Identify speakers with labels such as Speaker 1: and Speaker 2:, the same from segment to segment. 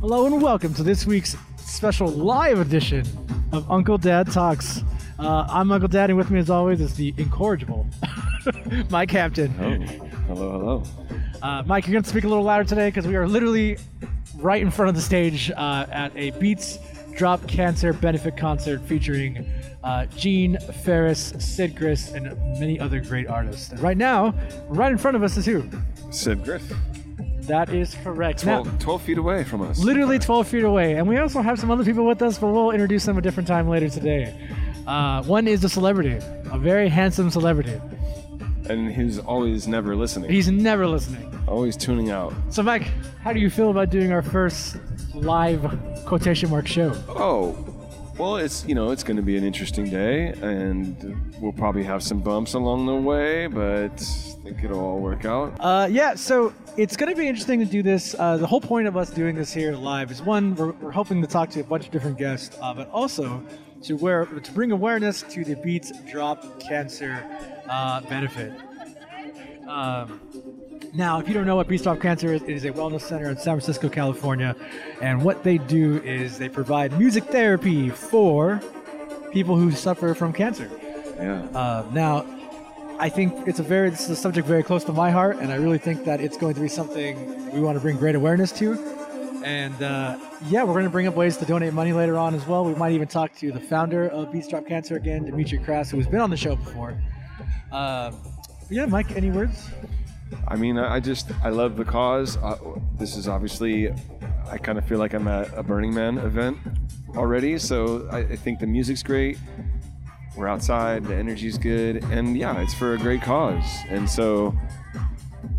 Speaker 1: Hello and welcome to this week's special live edition of Uncle Dad Talks. Uh, I'm Uncle Dad, and with me, as always, is the incorrigible my captain.
Speaker 2: Oh, hello, hello.
Speaker 1: Uh, Mike, you're going to speak a little louder today because we are literally right in front of the stage uh, at a Beats Drop Cancer benefit concert featuring uh, Gene Ferris, Sid Gris, and many other great artists. And right now, right in front of us is who?
Speaker 2: Sid Griff,
Speaker 1: That is correct. Now-
Speaker 2: 12, 12 feet away from us.
Speaker 1: literally 12 feet away. And we also have some other people with us, but we'll introduce them a different time later today. Uh, one is a celebrity, a very handsome celebrity.
Speaker 2: And he's always never listening,
Speaker 1: He's never listening.
Speaker 2: always tuning out.
Speaker 1: So, Mike, how do you feel about doing our first live quotation mark show?
Speaker 2: Oh, well, it's, you know, it's going to be an interesting day, and we'll probably have some bumps along the way, but I think it'll all work out.
Speaker 1: Uh, yeah, so it's going to be interesting to do this. Uh, the whole point of us doing this here live is one, we're, we're hoping to talk to a bunch of different guests, uh, but also to, wear, to bring awareness to the Beats Drop Cancer uh, benefit. Um, now, if you don't know what Beats Drop Cancer is, it is a wellness center in San Francisco, California. And what they do is they provide music therapy for people who suffer from cancer.
Speaker 2: Yeah.
Speaker 1: Uh, now, I think it's a very this is a subject very close to my heart, and I really think that it's going to be something we want to bring great awareness to. And uh, yeah, we're going to bring up ways to donate money later on as well. We might even talk to the founder of Beatstrap Cancer again, Dimitri Kras, who has been on the show before. Um yeah, Mike, any words?
Speaker 2: I mean, I I just I love the cause. Uh, this is obviously, I kind of feel like I'm at a Burning Man event already. So I, I think the music's great. We're outside. The energy's good, and yeah, it's for a great cause. And so,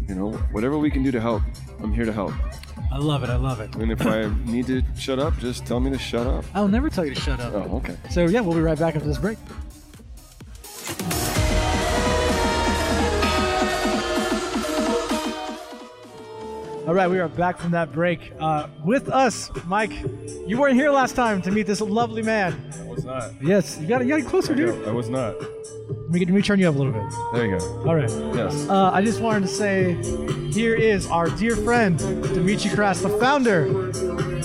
Speaker 2: you know, whatever we can do to help, I'm here to help.
Speaker 1: I love it. I love it.
Speaker 2: And if I need to shut up, just tell me to shut up.
Speaker 1: I'll never tell you to shut up.
Speaker 2: Oh, okay.
Speaker 1: So yeah, we'll be right back after this break. All right, we are back from that break. Uh, with us, Mike, you weren't here last time to meet this lovely man.
Speaker 2: I was not.
Speaker 1: Yes, you got you got closer, dude.
Speaker 2: I was not.
Speaker 1: Let me, get- let me turn you up a little bit.
Speaker 2: There you go.
Speaker 1: All right.
Speaker 2: Yes.
Speaker 1: Uh, I just wanted to say, here is our dear friend Dimitri Kras, the founder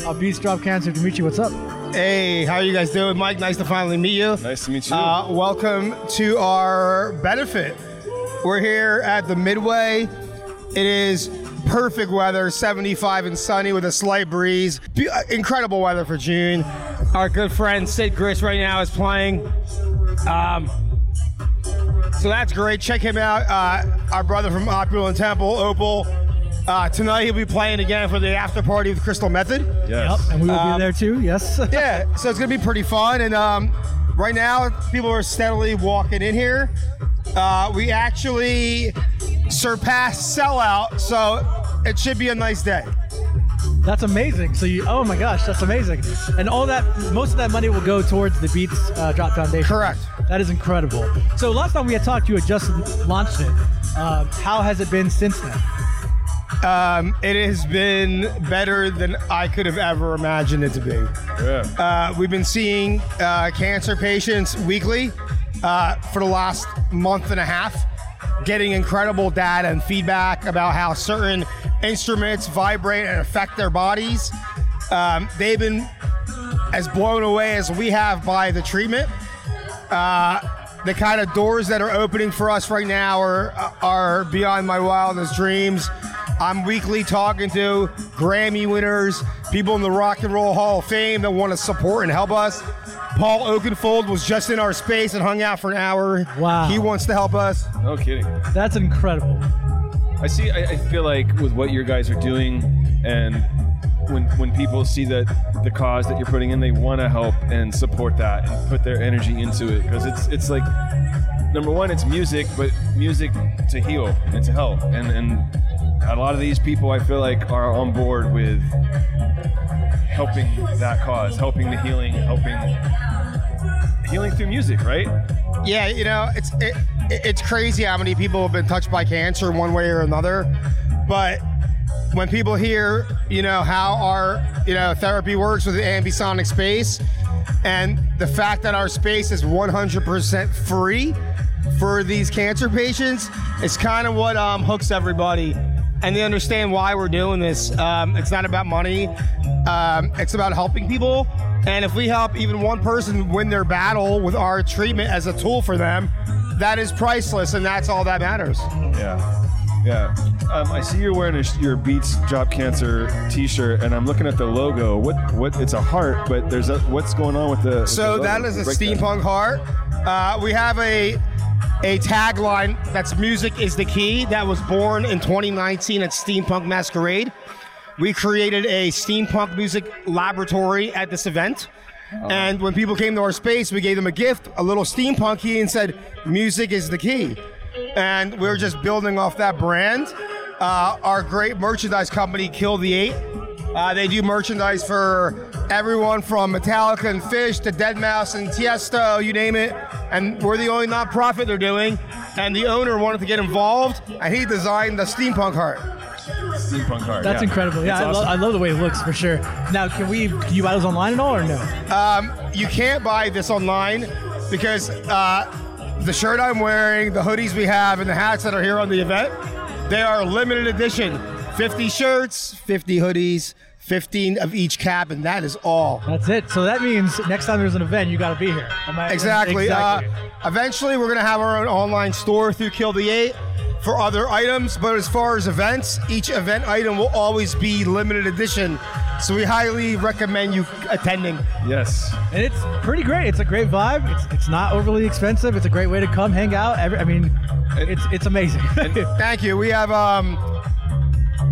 Speaker 1: of Beats Drop Cancer. Dimitri, what's up?
Speaker 3: Hey, how you guys doing, Mike? Nice to finally meet you.
Speaker 2: Nice to meet you.
Speaker 3: Uh, welcome to our benefit. We're here at the Midway. It is perfect weather, 75 and sunny with a slight breeze. Be- uh, incredible weather for June. Our good friend Sid Gris right now is playing. Um, so that's great. Check him out. Uh, our brother from Opulent Temple, Opal. Uh, tonight he'll be playing again for the after party with Crystal Method.
Speaker 2: yes.
Speaker 1: And we will be
Speaker 3: Um,
Speaker 1: there too. Yes.
Speaker 3: Yeah, so it's gonna be pretty fun, and um, right now people are steadily walking in here. Uh, we actually surpassed sellout, so it should be a nice day.
Speaker 1: That's amazing. So you, oh my gosh, that's amazing. And all that, most of that money will go towards the Beats uh, Drop Foundation.
Speaker 3: Correct.
Speaker 1: That is incredible. So last time we had talked, you had just launched it. Um, how has it been since then?
Speaker 3: Um, it has been better than I could have ever imagined it to be.
Speaker 2: Yeah.
Speaker 3: Uh, we've been seeing uh, cancer patients weekly uh, for the last month and a half, getting incredible data and feedback about how certain instruments vibrate and affect their bodies. Um, they've been as blown away as we have by the treatment. Uh, the kind of doors that are opening for us right now are are beyond my wildest dreams. I'm weekly talking to Grammy winners, people in the Rock and Roll Hall of Fame that want to support and help us. Paul Oakenfold was just in our space and hung out for an hour.
Speaker 1: Wow.
Speaker 3: He wants to help us.
Speaker 2: No kidding.
Speaker 1: That's incredible.
Speaker 2: I see. I, I feel like with what your guys are doing, and when when people see that the cause that you're putting in, they want to help and support that and put their energy into it because it's it's like number one, it's music, but music to heal and to help, and and a lot of these people I feel like are on board with helping that cause, helping the healing, helping healing through music, right?
Speaker 3: Yeah, you know, it's it, it- it's crazy how many people have been touched by cancer one way or another. But when people hear, you know, how our you know therapy works with the ambisonic space, and the fact that our space is 100% free for these cancer patients, is kind of what um, hooks everybody and they understand why we're doing this. Um, it's not about money. Um, it's about helping people. And if we help even one person win their battle with our treatment as a tool for them, that is priceless, and that's all that matters.
Speaker 2: Yeah, yeah. Um, I see you're wearing a, sh- your Beats Drop Cancer T-shirt, and I'm looking at the logo. What? What? It's a heart, but there's a what's going on with the? with the
Speaker 3: So
Speaker 2: logo?
Speaker 3: that is a
Speaker 2: Break that.
Speaker 3: steampunk heart. Uh, we have a a tagline that's "Music is the key." That was born in 2019 at Steampunk Masquerade. We created a steampunk music laboratory at this event. And when people came to our space, we gave them a gift, a little steampunk key, and said, "Music is the key." And we're just building off that brand. Uh, our great merchandise company, Kill the Eight, uh, they do merchandise for everyone from Metallica and Fish to Dead Mouse and Tiesto, you name it. And we're the only nonprofit they're doing. And the owner wanted to get involved, and he designed the steampunk heart.
Speaker 2: steampunk heart.
Speaker 1: That's
Speaker 2: yeah.
Speaker 1: incredible. Yeah,
Speaker 2: That's
Speaker 1: I, lo-
Speaker 2: awesome.
Speaker 1: I love the way it looks for sure. Now, can we do you buy those online at all or no?
Speaker 3: Um, you can't buy this online because uh, the shirt I'm wearing, the hoodies we have, and the hats that are here on the event, they are limited edition. 50 shirts, 50 hoodies, 15 of each cap, and that is all.
Speaker 1: That's it. So that means next time there's an event, you got to be here. Am I-
Speaker 3: Exactly.
Speaker 1: exactly.
Speaker 3: Uh, eventually, we're going to have our own online store through Kill the Eight for other items. But as far as events, each event item will always be limited edition. So we highly recommend you attending.
Speaker 2: Yes.
Speaker 1: and it's pretty great. It's a great vibe. It's, it's not overly expensive. It's a great way to come hang out. Every, I mean, it's it's amazing.
Speaker 3: Thank you. We have um,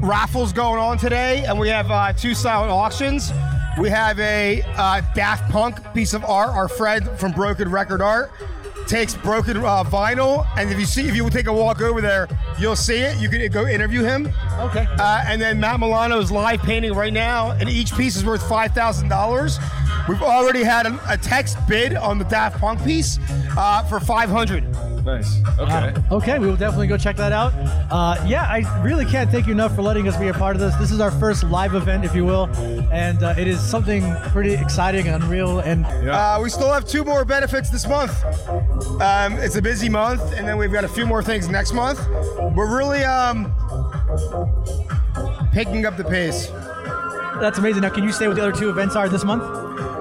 Speaker 3: raffles going on today, and we have uh, two silent auctions. We have a uh, Daft Punk piece of art. Our friend from Broken Record Art takes broken uh, vinyl, and if you see, if you take a walk over there, you'll see it. You can go interview him.
Speaker 1: okay.
Speaker 3: Uh, and then Matt Milano is live painting right now, and each piece is worth five thousand dollars. We've already had a, a text bid on the Daft Punk piece uh, for five hundred.
Speaker 2: Nice. Okay.
Speaker 1: Uh, Okay, we will definitely go check that out. Uh, yeah, I really can't thank you enough for letting us be a part of this. This is our first live event, if you will, and uh, it is something pretty exciting and unreal. And
Speaker 2: Yeah.
Speaker 3: Uh, we still have two more benefits this month. Um, it's a busy month, and then we've got a few more things next month. We're really um, picking up the pace.
Speaker 1: that's amazing. Now, can you say what the other two events are this month?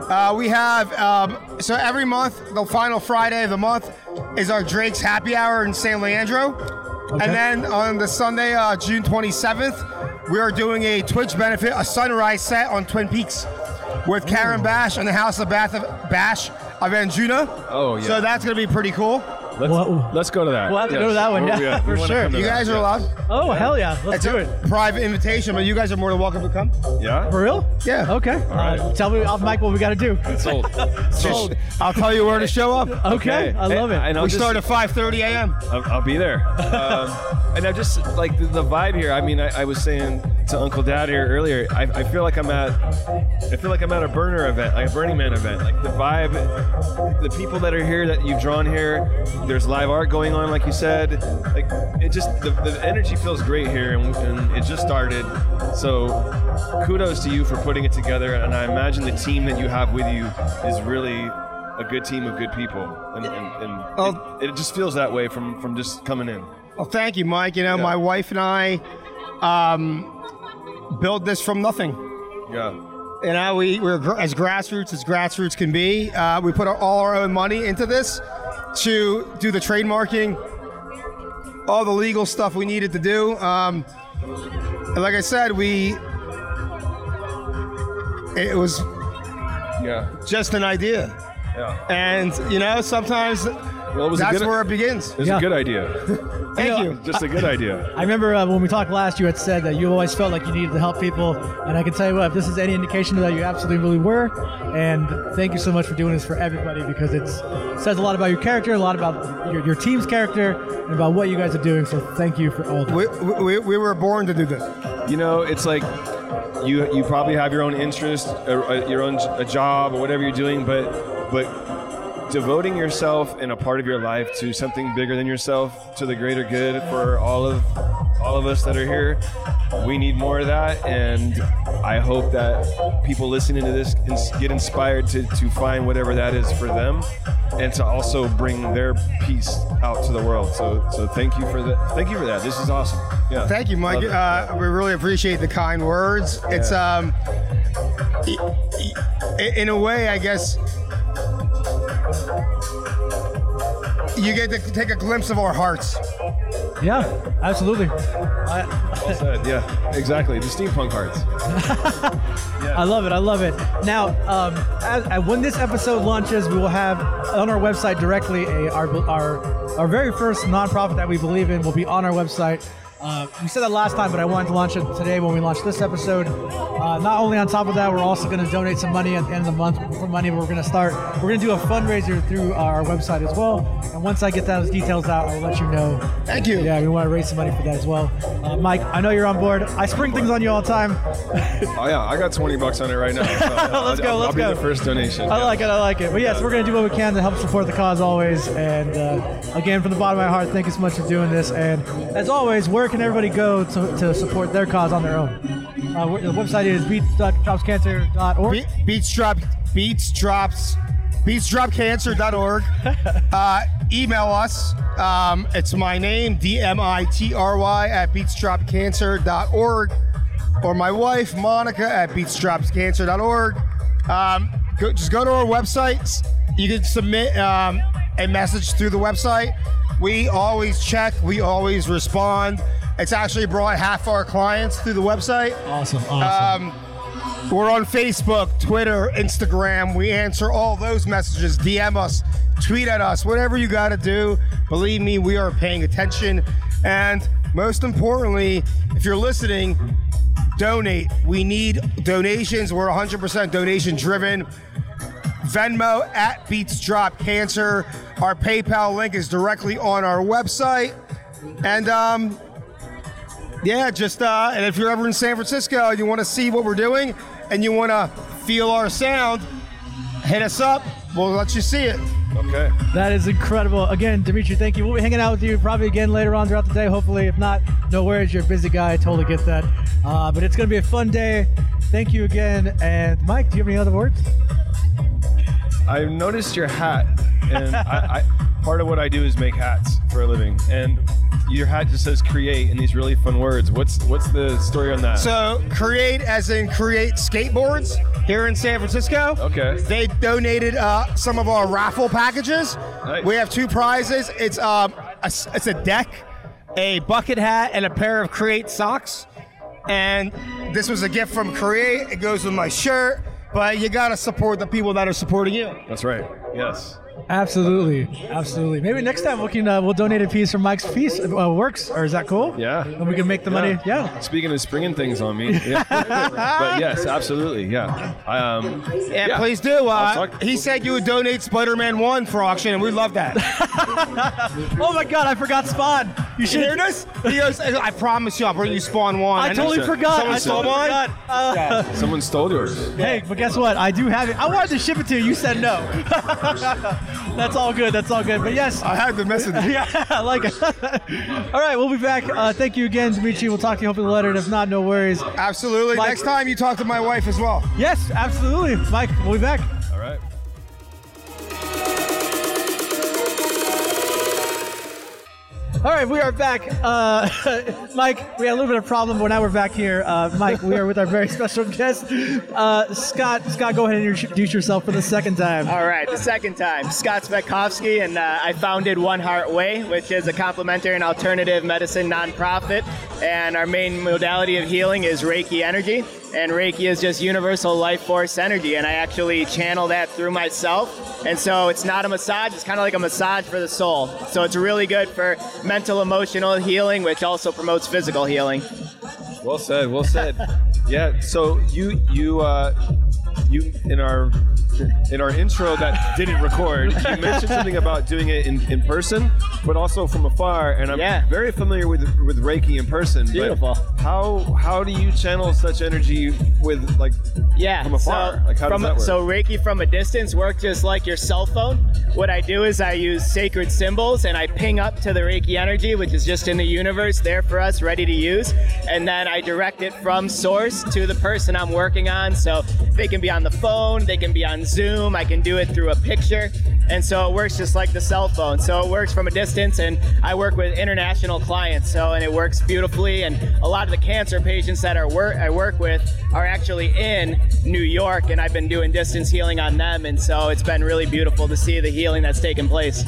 Speaker 3: Uh, we have um, so every month, the final Friday of the month is our Drake's Happy Hour in San Leandro, and then on the Sunday, uh, June 27th, we are doing a Twitch benefit, a sunrise set on Twin Peaks with Karen Bash and the House of Bath of Bash of Anjuna.
Speaker 2: Oh, yeah.
Speaker 3: So that's gonna be pretty cool.
Speaker 2: Let's,
Speaker 1: Whoa.
Speaker 2: let's go to that.
Speaker 1: We'll have to go to that one, yeah, for
Speaker 2: we wanna
Speaker 1: sure.
Speaker 2: come to
Speaker 3: You
Speaker 2: that,
Speaker 3: guys are
Speaker 2: yeah.
Speaker 3: allowed.
Speaker 1: Oh, hell yeah. Let's
Speaker 3: It's
Speaker 1: do
Speaker 3: a
Speaker 1: it.
Speaker 3: private invitation, but you guys are more than welcome to come.
Speaker 2: Yeah.
Speaker 1: For real?
Speaker 3: Yeah.
Speaker 1: Okay.
Speaker 2: All right.
Speaker 1: Uh, tell me off mic what we got to do.
Speaker 2: Sold.
Speaker 3: Just- I'll tell you where to show up.
Speaker 1: Okay, I love it.
Speaker 2: And I'll
Speaker 3: we
Speaker 2: just-
Speaker 3: start at 5:30 a.m.
Speaker 2: I'll, I'll be there. Um, and now, just like the, the vibe here. I mean, I, I was saying to Uncle Dad here earlier. I, I feel like I'm at, I feel like I'm at a burner event, like a Burning Man event. Like the vibe, the people that are here that you've drawn here. There's live art going on, like you said. Like it just the, the energy feels great here, and, and it just started. So kudos to you for putting it together. And I imagine the team that you have with you is really. A good team of good people, and, and, and
Speaker 3: Oh.
Speaker 2: it, it just feels that way from from just coming in.
Speaker 3: Well, thank you, Mike. You know, my wife and I um, built this from nothing.
Speaker 2: Yeah.
Speaker 3: You know, we, we're gr- as grassroots as grassroots can be. Uh, we put our, all our own money into this to do the trademarking, all the legal stuff we needed to do. Um, and like I said, we it was
Speaker 2: Yeah.
Speaker 3: just an idea,
Speaker 2: Yeah.
Speaker 3: and you know, sometimes
Speaker 2: Well, it was
Speaker 3: that's
Speaker 2: a good,
Speaker 3: where it begins.
Speaker 2: it was
Speaker 1: Yeah.
Speaker 2: a good idea.
Speaker 3: Thank you.
Speaker 2: just a good idea.
Speaker 1: I remember uh, when we talked last, you had said that you always felt like you needed to help people, and I can tell you what, if this is any indication that you absolutely really were, and thank you so much for doing this for everybody because it's, it says a lot about your character, a lot about your, your team's character, and about what you guys are doing. So thank you for all that.
Speaker 3: We, we, we were born to do this.
Speaker 2: You know, it's like you you uh, probably have your own interest, a, a, your own j- a job, or whatever you're doing, but but devoting yourself and a part of your life to something bigger than yourself, to the greater good for all of all of us that are here. We need more of that, and I hope that people listening to this ins- get inspired to, to find whatever that is for them, and to also bring their piece out to the world. So so thank you for that. Thank you for that. This is awesome. Yeah.
Speaker 3: Thank you, Mike.
Speaker 2: Love it.
Speaker 3: Uh, we really appreciate the kind words. It's um, i- i- in a way, I guess you get to take a glimpse of our hearts.
Speaker 1: Yeah, absolutely. I,
Speaker 2: Well said. Yeah. Exactly. The steampunk hearts.
Speaker 1: I love it. I love it. Now, um, as, as- when this episode launches, we will have on our website directly a, our, our our very first nonprofit that we believe in will be on our website. Uh, we said that last time, but I wanted to launch it today when we launched this episode. Uh, not only on top of that, we're also going to donate some money at the end of the month for money. But we're going to start. We're going to do a fundraiser through our website as well. And once I get those details out, I'll let you know
Speaker 3: Thank you.
Speaker 1: yeah, we want to raise some money for that as well. Uh, Mike, I know you're on board. I spring things on you all the time.
Speaker 2: Oh yeah, I got 20 bucks on it right now. So
Speaker 1: Let's
Speaker 2: I'll,
Speaker 1: go,
Speaker 2: I'll,
Speaker 1: let's
Speaker 2: I'll be
Speaker 1: go.
Speaker 2: the first donation.
Speaker 1: I like it. I like it. But yes, we're going to do what we can to help support the cause always. And uh, again, from the bottom of my heart, thank you so much for doing this. And as always, where can everybody go to, to support their cause on their own? Uh, wh- the website is beat.jobscancer.org.
Speaker 3: Be- beats drop beats drops beatsdropcancer.org uh, email us um, it's my name d-m-i-t-r-y at beatsdropcancer.org or my wife monica at beatsdropscancer.org um, go, just go to our website S- you can submit um, a message through the website we always check we always respond it's actually brought half our clients through the website
Speaker 1: Awesome. Awesome.
Speaker 3: we're on Facebook, Twitter, Instagram. We answer all those messages. DM us, tweet at us, whatever you got to do. Believe me, we are paying attention. And most importantly, if you're listening, donate. We need donations. We're 100% donation driven. Venmo at Beats Drop Cancer. Our PayPal link is directly on our website. And um, yeah, just uh, and if you're ever in San Francisco and you want to see what we're doing and you want to feel our sound, hit us up. We'll let you see it.
Speaker 2: Okay.
Speaker 1: that is incredible. Again, Dimitri, thank you. We'll be hanging out with you probably again later on throughout the day, hopefully. If not, no worries. You're a busy guy. I totally get that. Uh, but it's going to be a fun day. Thank you again. And Mike, do you have any other words?
Speaker 2: I noticed your hat, and I, I, part of what I do is make hats for a living, and your hat just says "create" in these really fun words. What's what's the story on that?
Speaker 3: So create, as in create skateboards here in San Francisco.
Speaker 2: Okay.
Speaker 3: They donated uh, some of our raffle packages.
Speaker 2: Nice.
Speaker 3: We have two prizes. It's um, a, s- it's a deck, a bucket hat, and a pair of Create socks. And this was a gift from Create. It goes with my shirt. But you gotta support the people that are supporting you.
Speaker 2: That's right. Yes.
Speaker 1: Absolutely, absolutely. Maybe next time we can uh, we'll donate a piece from Mike's piece uh, works, or is that cool?
Speaker 2: Yeah.
Speaker 1: and we can make the money. Yeah,
Speaker 2: Speaking of springing things on me, yeah. but yes, absolutely, yeah. Um,
Speaker 3: Yeah,
Speaker 2: yeah.
Speaker 3: please do. Uh,
Speaker 2: I'll talk-
Speaker 3: he said you would donate Spider-Man One for auction, and we love that.
Speaker 1: Oh my God, I forgot Spawn. You
Speaker 3: you
Speaker 1: should
Speaker 3: hear this? He goes, "I promise you, I'll bring you Spawn One."
Speaker 1: I
Speaker 3: And then-
Speaker 1: totally
Speaker 2: Someone
Speaker 1: forgot. I
Speaker 2: said-
Speaker 1: totally
Speaker 3: someone
Speaker 1: forgot. Uh,
Speaker 2: Someone stole yours.
Speaker 1: hey, but guess what? I do have it. I wanted to ship it to you. You said no. That's all good. That's all good. But yes,
Speaker 3: I had the message.
Speaker 1: yeah, I like it. all right, we'll be back. Uh, thank you again, Dimitri. We'll talk to you hopefully later. And if not, no worries.
Speaker 3: Absolutely.
Speaker 1: Like-
Speaker 3: Next time you talk to my wife as well.
Speaker 1: Yes, absolutely, Mike. We'll be back.
Speaker 2: All right.
Speaker 1: All right, we are back. Uh, Mike, we had a little bit of problem, but now we're back here. Uh, Mike, we are with our very special guest, uh, Scott. Scott, go ahead and introduce yourself for the second time.
Speaker 4: All right, the second time. Scott Svetkovsky, and uh, I founded One Heart Way, which is a complementary and alternative medicine nonprofit. And our main modality of healing is Reiki energy. And Reiki is just universal life force energy. And I actually channel that through myself. And so it's not a massage, it's kind of like a massage for the soul. So it's really good for mental, emotional healing, which also promotes physical healing.
Speaker 2: Well said. Well said. yeah. So you you uh, you in our in our intro that didn't record, you mentioned something about doing it in, in person, but also from afar. And I'm
Speaker 4: Yeah.
Speaker 2: very familiar with with Reiki in person. but
Speaker 4: Beautiful.
Speaker 2: how how do you channel such energy with like
Speaker 4: Yeah.
Speaker 2: from afar?
Speaker 4: So,
Speaker 2: like how
Speaker 4: from
Speaker 2: does that work?
Speaker 4: so Reiki from a distance works just like your cell phone. What I do is I use sacred symbols and I ping up to the Reiki energy, which is just in the universe, there for us, ready to use. And then I direct it from source to the person I'm working on. So they can be on the phone, they can be on Zoom, I can do it through a picture. And so it works just like the cell phone. So it works from a distance, and I work with international clients. So and it works beautifully. And a lot of the cancer patients that are work I work with are actually in New York, and I've been doing distance healing on them. And so it's been really beautiful to see the healing that's taken place.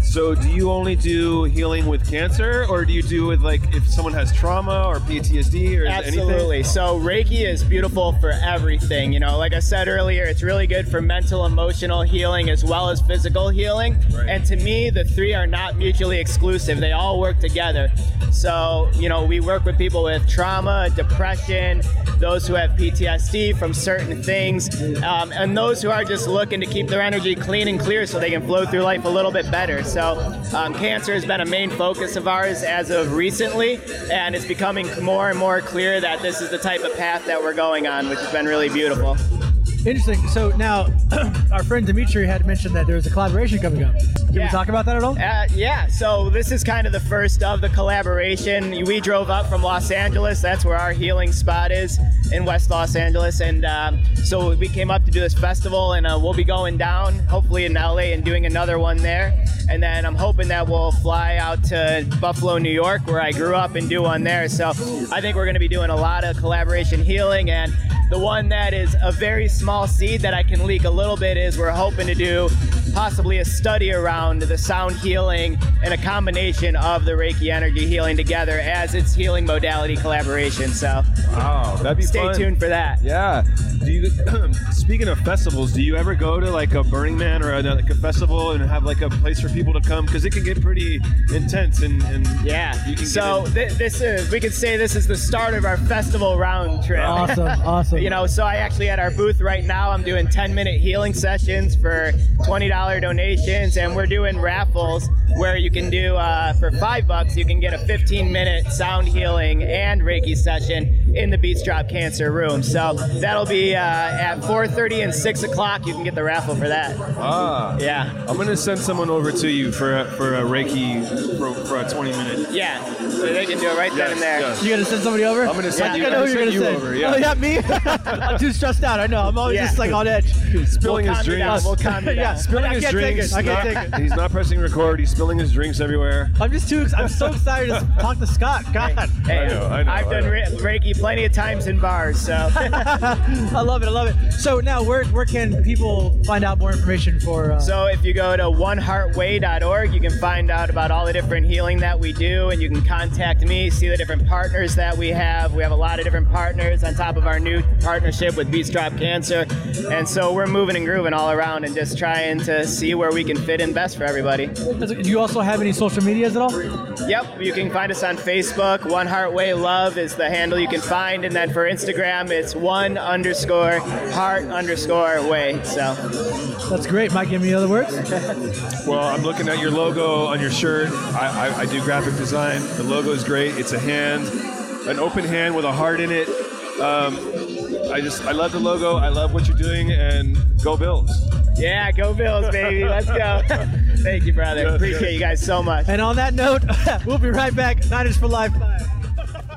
Speaker 2: So, do you only do healing with cancer, or do you do with like if someone has trauma or PTSD or
Speaker 4: Absolutely.
Speaker 2: anything?
Speaker 4: So Reiki is beautiful for everything. You know, like I said earlier, it's really good for mental, emotional healing as well as physical healing.
Speaker 2: Right.
Speaker 4: And to me, the three are not mutually exclusive. They all work together. So, you know, we work with people with trauma, depression, those who have PTSD from certain things, um, and those who are just looking to keep their energy clean and clear so they can flow through life a little bit better. So, um, cancer has been a main focus of ours as of recently, and it's becoming more and more clear that this is the type of path that we're going on, which has been really beautiful.
Speaker 1: Interesting. So now, our friend Dimitri had mentioned that there was a collaboration coming up. Can
Speaker 4: Yeah.
Speaker 1: we talk about that at all?
Speaker 4: Uh, yeah, so this is kind of the first of the collaboration. We drove up from Los Angeles. That's where our healing spot is in West Los Angeles. And um, so we came up to do this festival, and uh, we'll be going down, hopefully in LA, and doing another one there. And then I'm hoping that we'll fly out to Buffalo, New York, where I grew up, and do one there. So I think we're going to be doing a lot of collaboration healing. And the one that is a very small seed that I can leak a little bit is we're hoping to do possibly a study around the sound healing and a combination of the Reiki energy healing together as its healing modality collaboration. So
Speaker 2: Wow, that'd be
Speaker 4: stay
Speaker 2: fun.
Speaker 4: tuned for that.
Speaker 2: Yeah. Do you, speaking of festivals, do you ever go to like a Burning Man or a, like a festival and have like a place for people to come? Because it can get pretty intense and, and
Speaker 4: Yeah.
Speaker 2: you can
Speaker 4: So
Speaker 2: get
Speaker 4: th- this is we could say this is the start of our festival round trip.
Speaker 1: Awesome. Awesome.
Speaker 4: You know, so I actually at our booth right now, I'm doing 10 minute healing sessions for $20 donations, and we're doing raffles where you can do uh, for five bucks, you can get a 15 minute sound healing and Reiki session in the Beats Drop Cancer Room. So that'll be uh, at 4:30 and 6 o'clock. You can get the raffle for that.
Speaker 2: ah.
Speaker 4: Yeah,
Speaker 2: I'm gonna send someone over to you for a, for a Reiki for, for a 20 minute.
Speaker 4: yeah. So they can do it right then
Speaker 2: Yes,
Speaker 4: and there.
Speaker 2: yes.
Speaker 1: You gonna send somebody over?
Speaker 2: I'm gonna send
Speaker 1: I
Speaker 2: you-
Speaker 1: think I know
Speaker 2: I'm
Speaker 1: who
Speaker 2: gonna
Speaker 1: you're gonna
Speaker 2: send
Speaker 1: send.
Speaker 2: you over, yeah.
Speaker 1: Oh, yeah, me. I'm too stressed out. I know. I'm always
Speaker 4: Yeah.
Speaker 1: just like on edge.
Speaker 2: Spilling
Speaker 4: We'll
Speaker 2: his
Speaker 4: calm you down,
Speaker 2: drinks.
Speaker 4: we'll calm you
Speaker 1: yeah.
Speaker 4: down.
Speaker 1: I
Speaker 2: Spilling
Speaker 1: can't
Speaker 2: his
Speaker 1: Take
Speaker 2: drinks.
Speaker 1: it. I can't
Speaker 2: not-
Speaker 1: take it.
Speaker 2: He's not pressing record. He's spilling his drinks everywhere.
Speaker 1: I'm just too. Ex- I'm so excited to talk to Scott. God,
Speaker 4: Hey,
Speaker 2: I know, I know,
Speaker 4: have
Speaker 2: I
Speaker 4: done
Speaker 2: know.
Speaker 4: Re- Reiki plenty of times in bars, so.
Speaker 1: I love it. I love it. So now, where where can people find out more information for? Uh,
Speaker 4: So if you go to oneheartway.org, you can find out about all the different healing that we do, and you can contact me, see the different partners that we have. We have a lot of different partners on top of our new partnership with Beats Drop Cancer, and so we're moving and grooving all around and just trying to see where we can fit in best for everybody.
Speaker 1: do you also have any social medias at all?
Speaker 4: Yep, you can find us on Facebook. One Heart Way Love is the handle you can find, and then for Instagram, it's one underscore heart underscore way. So.
Speaker 1: That's great. Mike, give me other words.
Speaker 2: Well, I'm looking at your logo on your shirt. I, I, I do graphic design. The logo is great. It's a hand, an open hand with a heart in it. Um, I just, I love the logo. I love what you're doing, and go Bills.
Speaker 4: Yeah, go Bills, baby. Let's go. Thank you, brother.
Speaker 2: Yes,
Speaker 4: Appreciate
Speaker 2: yes.
Speaker 4: you guys so much.
Speaker 1: And on that note, we'll be right back. Niners for life.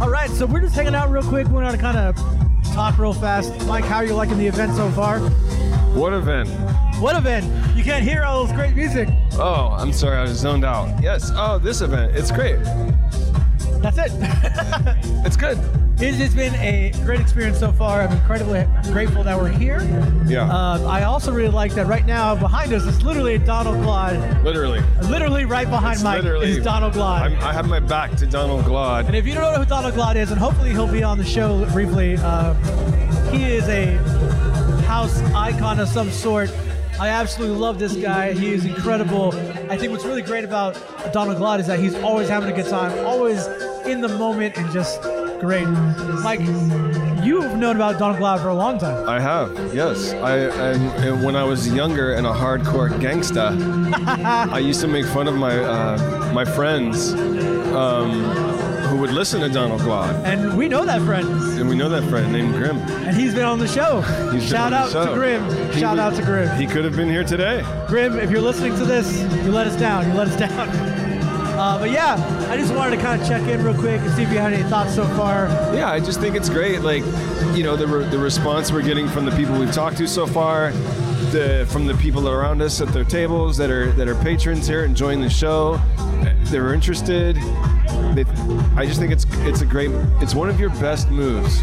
Speaker 1: All right, so we're just hanging out real quick. We're gonna kind of talk real fast. Mike, how are you liking the event so far?
Speaker 2: What event?
Speaker 1: What event? You can't hear all this great music.
Speaker 2: Oh, I'm sorry, I was zoned out. Yes. Oh, this event. It's great.
Speaker 1: That's it.
Speaker 2: It's good.
Speaker 1: it has been a great experience so far. I'm incredibly grateful that we're here.
Speaker 2: Yeah.
Speaker 1: Uh, I also really like that right now behind us is literally Donald Glad.
Speaker 2: literally.
Speaker 1: Literally right behind
Speaker 2: It's
Speaker 1: Mike
Speaker 2: literally-
Speaker 1: is Donald Glad.
Speaker 2: I'm, I have my back to Donald Glod.
Speaker 1: And if you don't know who Donald Glad is, and hopefully he'll be on the show briefly, uh, he is a house icon of some sort. I absolutely love this guy. He is incredible. I think what's really great about Donald Glad is that he's always having a good time, always in the moment, and just Great. Mike, you have known about Don Cloud for a long time.
Speaker 2: I have, yes. I, I and when I was younger and a hardcore gangsta, I used to make fun of my uh, my friends um, who would listen to Donald Glock,
Speaker 1: And we know that friend.
Speaker 2: and we know that friend named Grim.
Speaker 1: And he's been on the show.
Speaker 2: He's been
Speaker 1: Shout
Speaker 2: on the
Speaker 1: out to
Speaker 2: show.
Speaker 1: Grim.
Speaker 2: He
Speaker 1: Shout
Speaker 2: was-
Speaker 1: out to Grim.
Speaker 2: He could have been here today.
Speaker 1: Grim, if you're listening to this, you let us down. You let us down. Uh, but yeah, I just wanted to kind of check in real quick and see if you had any thoughts so far.
Speaker 2: Yeah, I just think it's great. Like, you know, the, re- the response we're getting from the people we've talked to so far, the from the people around us at their tables that are that are patrons here enjoying the show, they're interested. They, I just think it's it's a great. It's one of your best moves.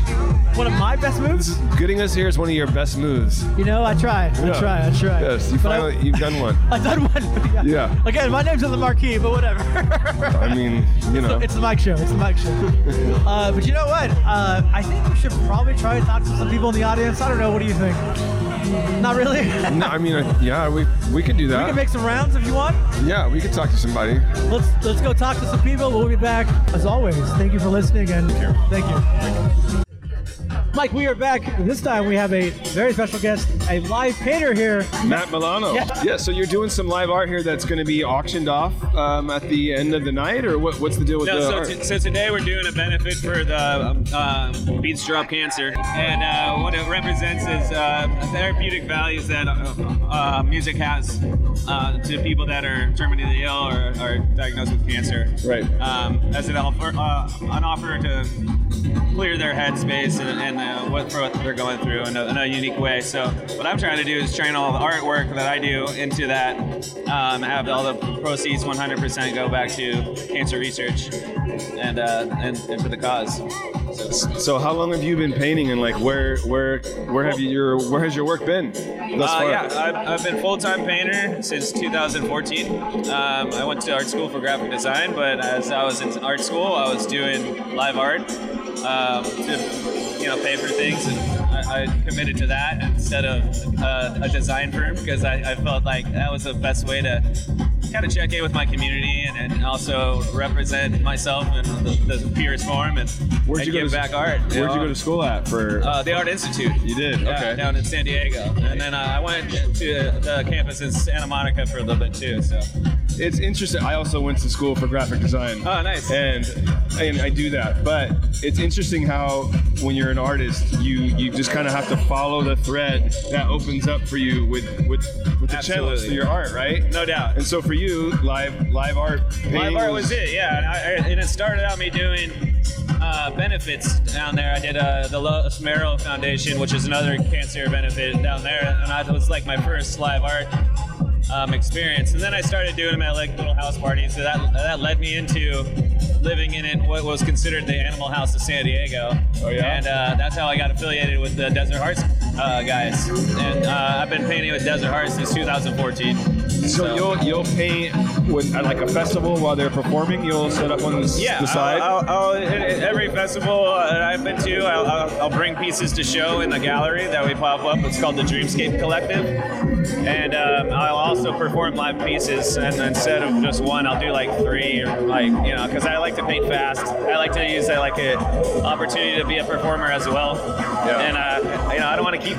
Speaker 1: One of my best
Speaker 2: This
Speaker 1: moves?
Speaker 2: is, getting us here is one of your best moves.
Speaker 1: You know, I try. I
Speaker 2: Yeah.
Speaker 1: try. I try.
Speaker 2: Yes, you
Speaker 1: But I-
Speaker 2: finally you've done one.
Speaker 1: I've done one. yeah.
Speaker 2: Yeah.
Speaker 1: Again, my name's on the marquee, but whatever.
Speaker 2: I mean, you know,
Speaker 1: It's the mic show. It's the mic show. uh, but you know what? Uh, I think we should probably try and talk to some people in the audience. I don't know. What do you think? Not really. we
Speaker 2: no, I mean, uh, yeah, we we could do that.
Speaker 1: can make some rounds if you want.
Speaker 2: yeah, we could talk to somebody.
Speaker 1: Let's let's go talk to some people. We'll be back as always. Thank you for listening and thank you. Mike, we are back. This time we have a very special guest, a live painter here.
Speaker 2: Matt Milano.
Speaker 1: Yeah.
Speaker 2: yeah, so you're doing some live art here that's going to be auctioned off um, at the end of the night, or what, what's the deal with
Speaker 5: No,
Speaker 2: the
Speaker 5: so,
Speaker 2: art?
Speaker 5: t- so today we're doing a benefit for the um, uh, Beats Drop Cancer, and uh, what it represents is uh, therapeutic values that uh, uh, music has uh, to people that are terminally ill or are diagnosed with cancer.
Speaker 2: Right.
Speaker 5: Um, as an offer, uh, an offer to clear their headspace and, and uh, what, for what they're going through in a, in a unique way. So what I'm trying to do is train all the artwork that I do into that, um, have all the proceeds 100% go back to cancer research and uh, and, and for the cause. So,
Speaker 2: so how long have you been painting, and like where where where have you your where has your work been thus
Speaker 5: uh,
Speaker 2: far?
Speaker 5: yeah, I've, I've been full-time painter since 2014. Um, I went to art school for graphic design, but as I was in art school, I was doing live art um, to, you know, pay for things, and I, I committed to that instead of uh, a design firm because I, I felt like that was the best way to kind of check in with my community and, and also represent myself in the, the purest form and, and
Speaker 2: go
Speaker 5: give
Speaker 2: to,
Speaker 5: back art.
Speaker 2: Where'd you go
Speaker 5: know?
Speaker 2: to school at for?
Speaker 5: Uh, the Art Institute.
Speaker 2: You did?
Speaker 5: Yeah,
Speaker 2: Okay.
Speaker 5: Down in San Diego, and then uh, I went to the campus in Santa Monica for a little bit too. So.
Speaker 2: it's interesting. I also went to school for graphic design.
Speaker 5: Oh, nice.
Speaker 2: and and I do that. But it's interesting how when you're an artist, you you just kind of have to follow the thread that opens up for you with with with the channels
Speaker 5: Absolutely.
Speaker 2: to your art, right?
Speaker 5: No doubt.
Speaker 2: And so for you, live live art.
Speaker 5: Live
Speaker 2: painting
Speaker 5: art was it, yeah. And, I, I- and it started out me doing uh, benefits down there. I did uh, the Los Merrill Foundation, which is another cancer benefit down there, and that was like my first live art um, experience. And then I started doing them at like little house parties, so that that led me into living in it what was considered the Animal House of San Diego.
Speaker 2: Oh, yeah?
Speaker 5: And uh, that's how I got affiliated with the Desert Hearts uh, guys. And uh, I've been painting with Desert Hearts since 2014.
Speaker 2: So you'll you'll paint when at like a festival while they're performing. You'll set up one on the, s-
Speaker 5: Yeah,
Speaker 2: the side.
Speaker 5: I'll, I'll, I'll, at- at every festival that I've been to, I'll, I'll, I'll bring pieces to show in the gallery that we pop up. It's called the Dreamscape Collective, and um, I'll also perform live pieces. And instead of just one, I'll do like three, or like you know, because I like to paint fast. I like to use that like an opportunity to be a performer as well.
Speaker 2: Yeah.
Speaker 5: And uh, you know, I don't want to keep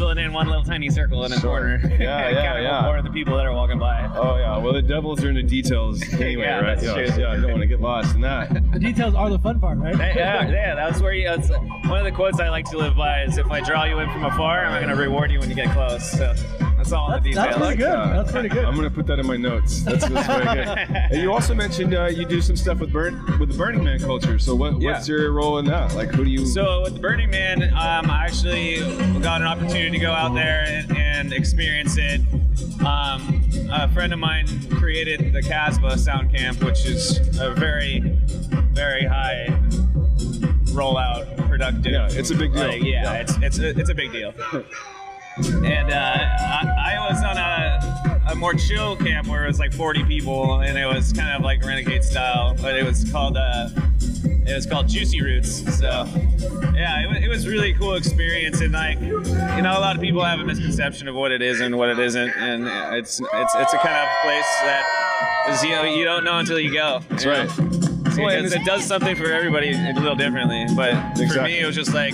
Speaker 5: filling in one little tiny circle in a
Speaker 2: Sure.
Speaker 5: corner.
Speaker 2: Yeah, yeah,
Speaker 5: I kinda want
Speaker 2: yeah.
Speaker 5: More of the people that are walking by.
Speaker 2: Oh yeah, well the devils are into details anyway,
Speaker 5: Yeah,
Speaker 2: right?
Speaker 5: that's
Speaker 2: yeah,
Speaker 5: true.
Speaker 2: yeah, I don't want to get lost in that.
Speaker 1: The details are the fun part, right?
Speaker 5: yeah, yeah, that's where you. That's one of the quotes I like to live by is if I draw you in from afar, I'm going to reward you when you get close. So that's all in the
Speaker 1: That's,
Speaker 5: details. uh,
Speaker 1: that's pretty good.
Speaker 2: Yeah.
Speaker 1: That's pretty good.
Speaker 2: Uh, I'm gonna put that in my notes. That's, that's very good. And you also mentioned uh, you do some stuff with burn with the Burning Man culture. So what,
Speaker 5: Yeah.
Speaker 2: what's your role in that? Like who do you?
Speaker 5: So with the Burning Man, um, I actually got an opportunity to go out there and, and experience it. Um, a friend of mine created the Casbah Sound Camp, which is a very, very high rollout productive.
Speaker 2: Yeah, it's a big deal.
Speaker 5: Like, yeah,
Speaker 2: Yeah.
Speaker 5: it's it's a, it's a big deal. and uh, I, I was on a, a more chill camp where it was like 40 people, and it was kind of like renegade style, but it was called uh, it was called Juicy Roots. So yeah, it, wa- it was really cool experience, and like you know, a lot of people have a misconception of what it is and what it isn't, and it's it's it's a kind of place that is you know you don't know until you go.
Speaker 2: that's right. Well, and
Speaker 5: because
Speaker 2: it's-
Speaker 5: it does something for everybody a little differently. But for
Speaker 2: Exactly.
Speaker 5: me, it was just like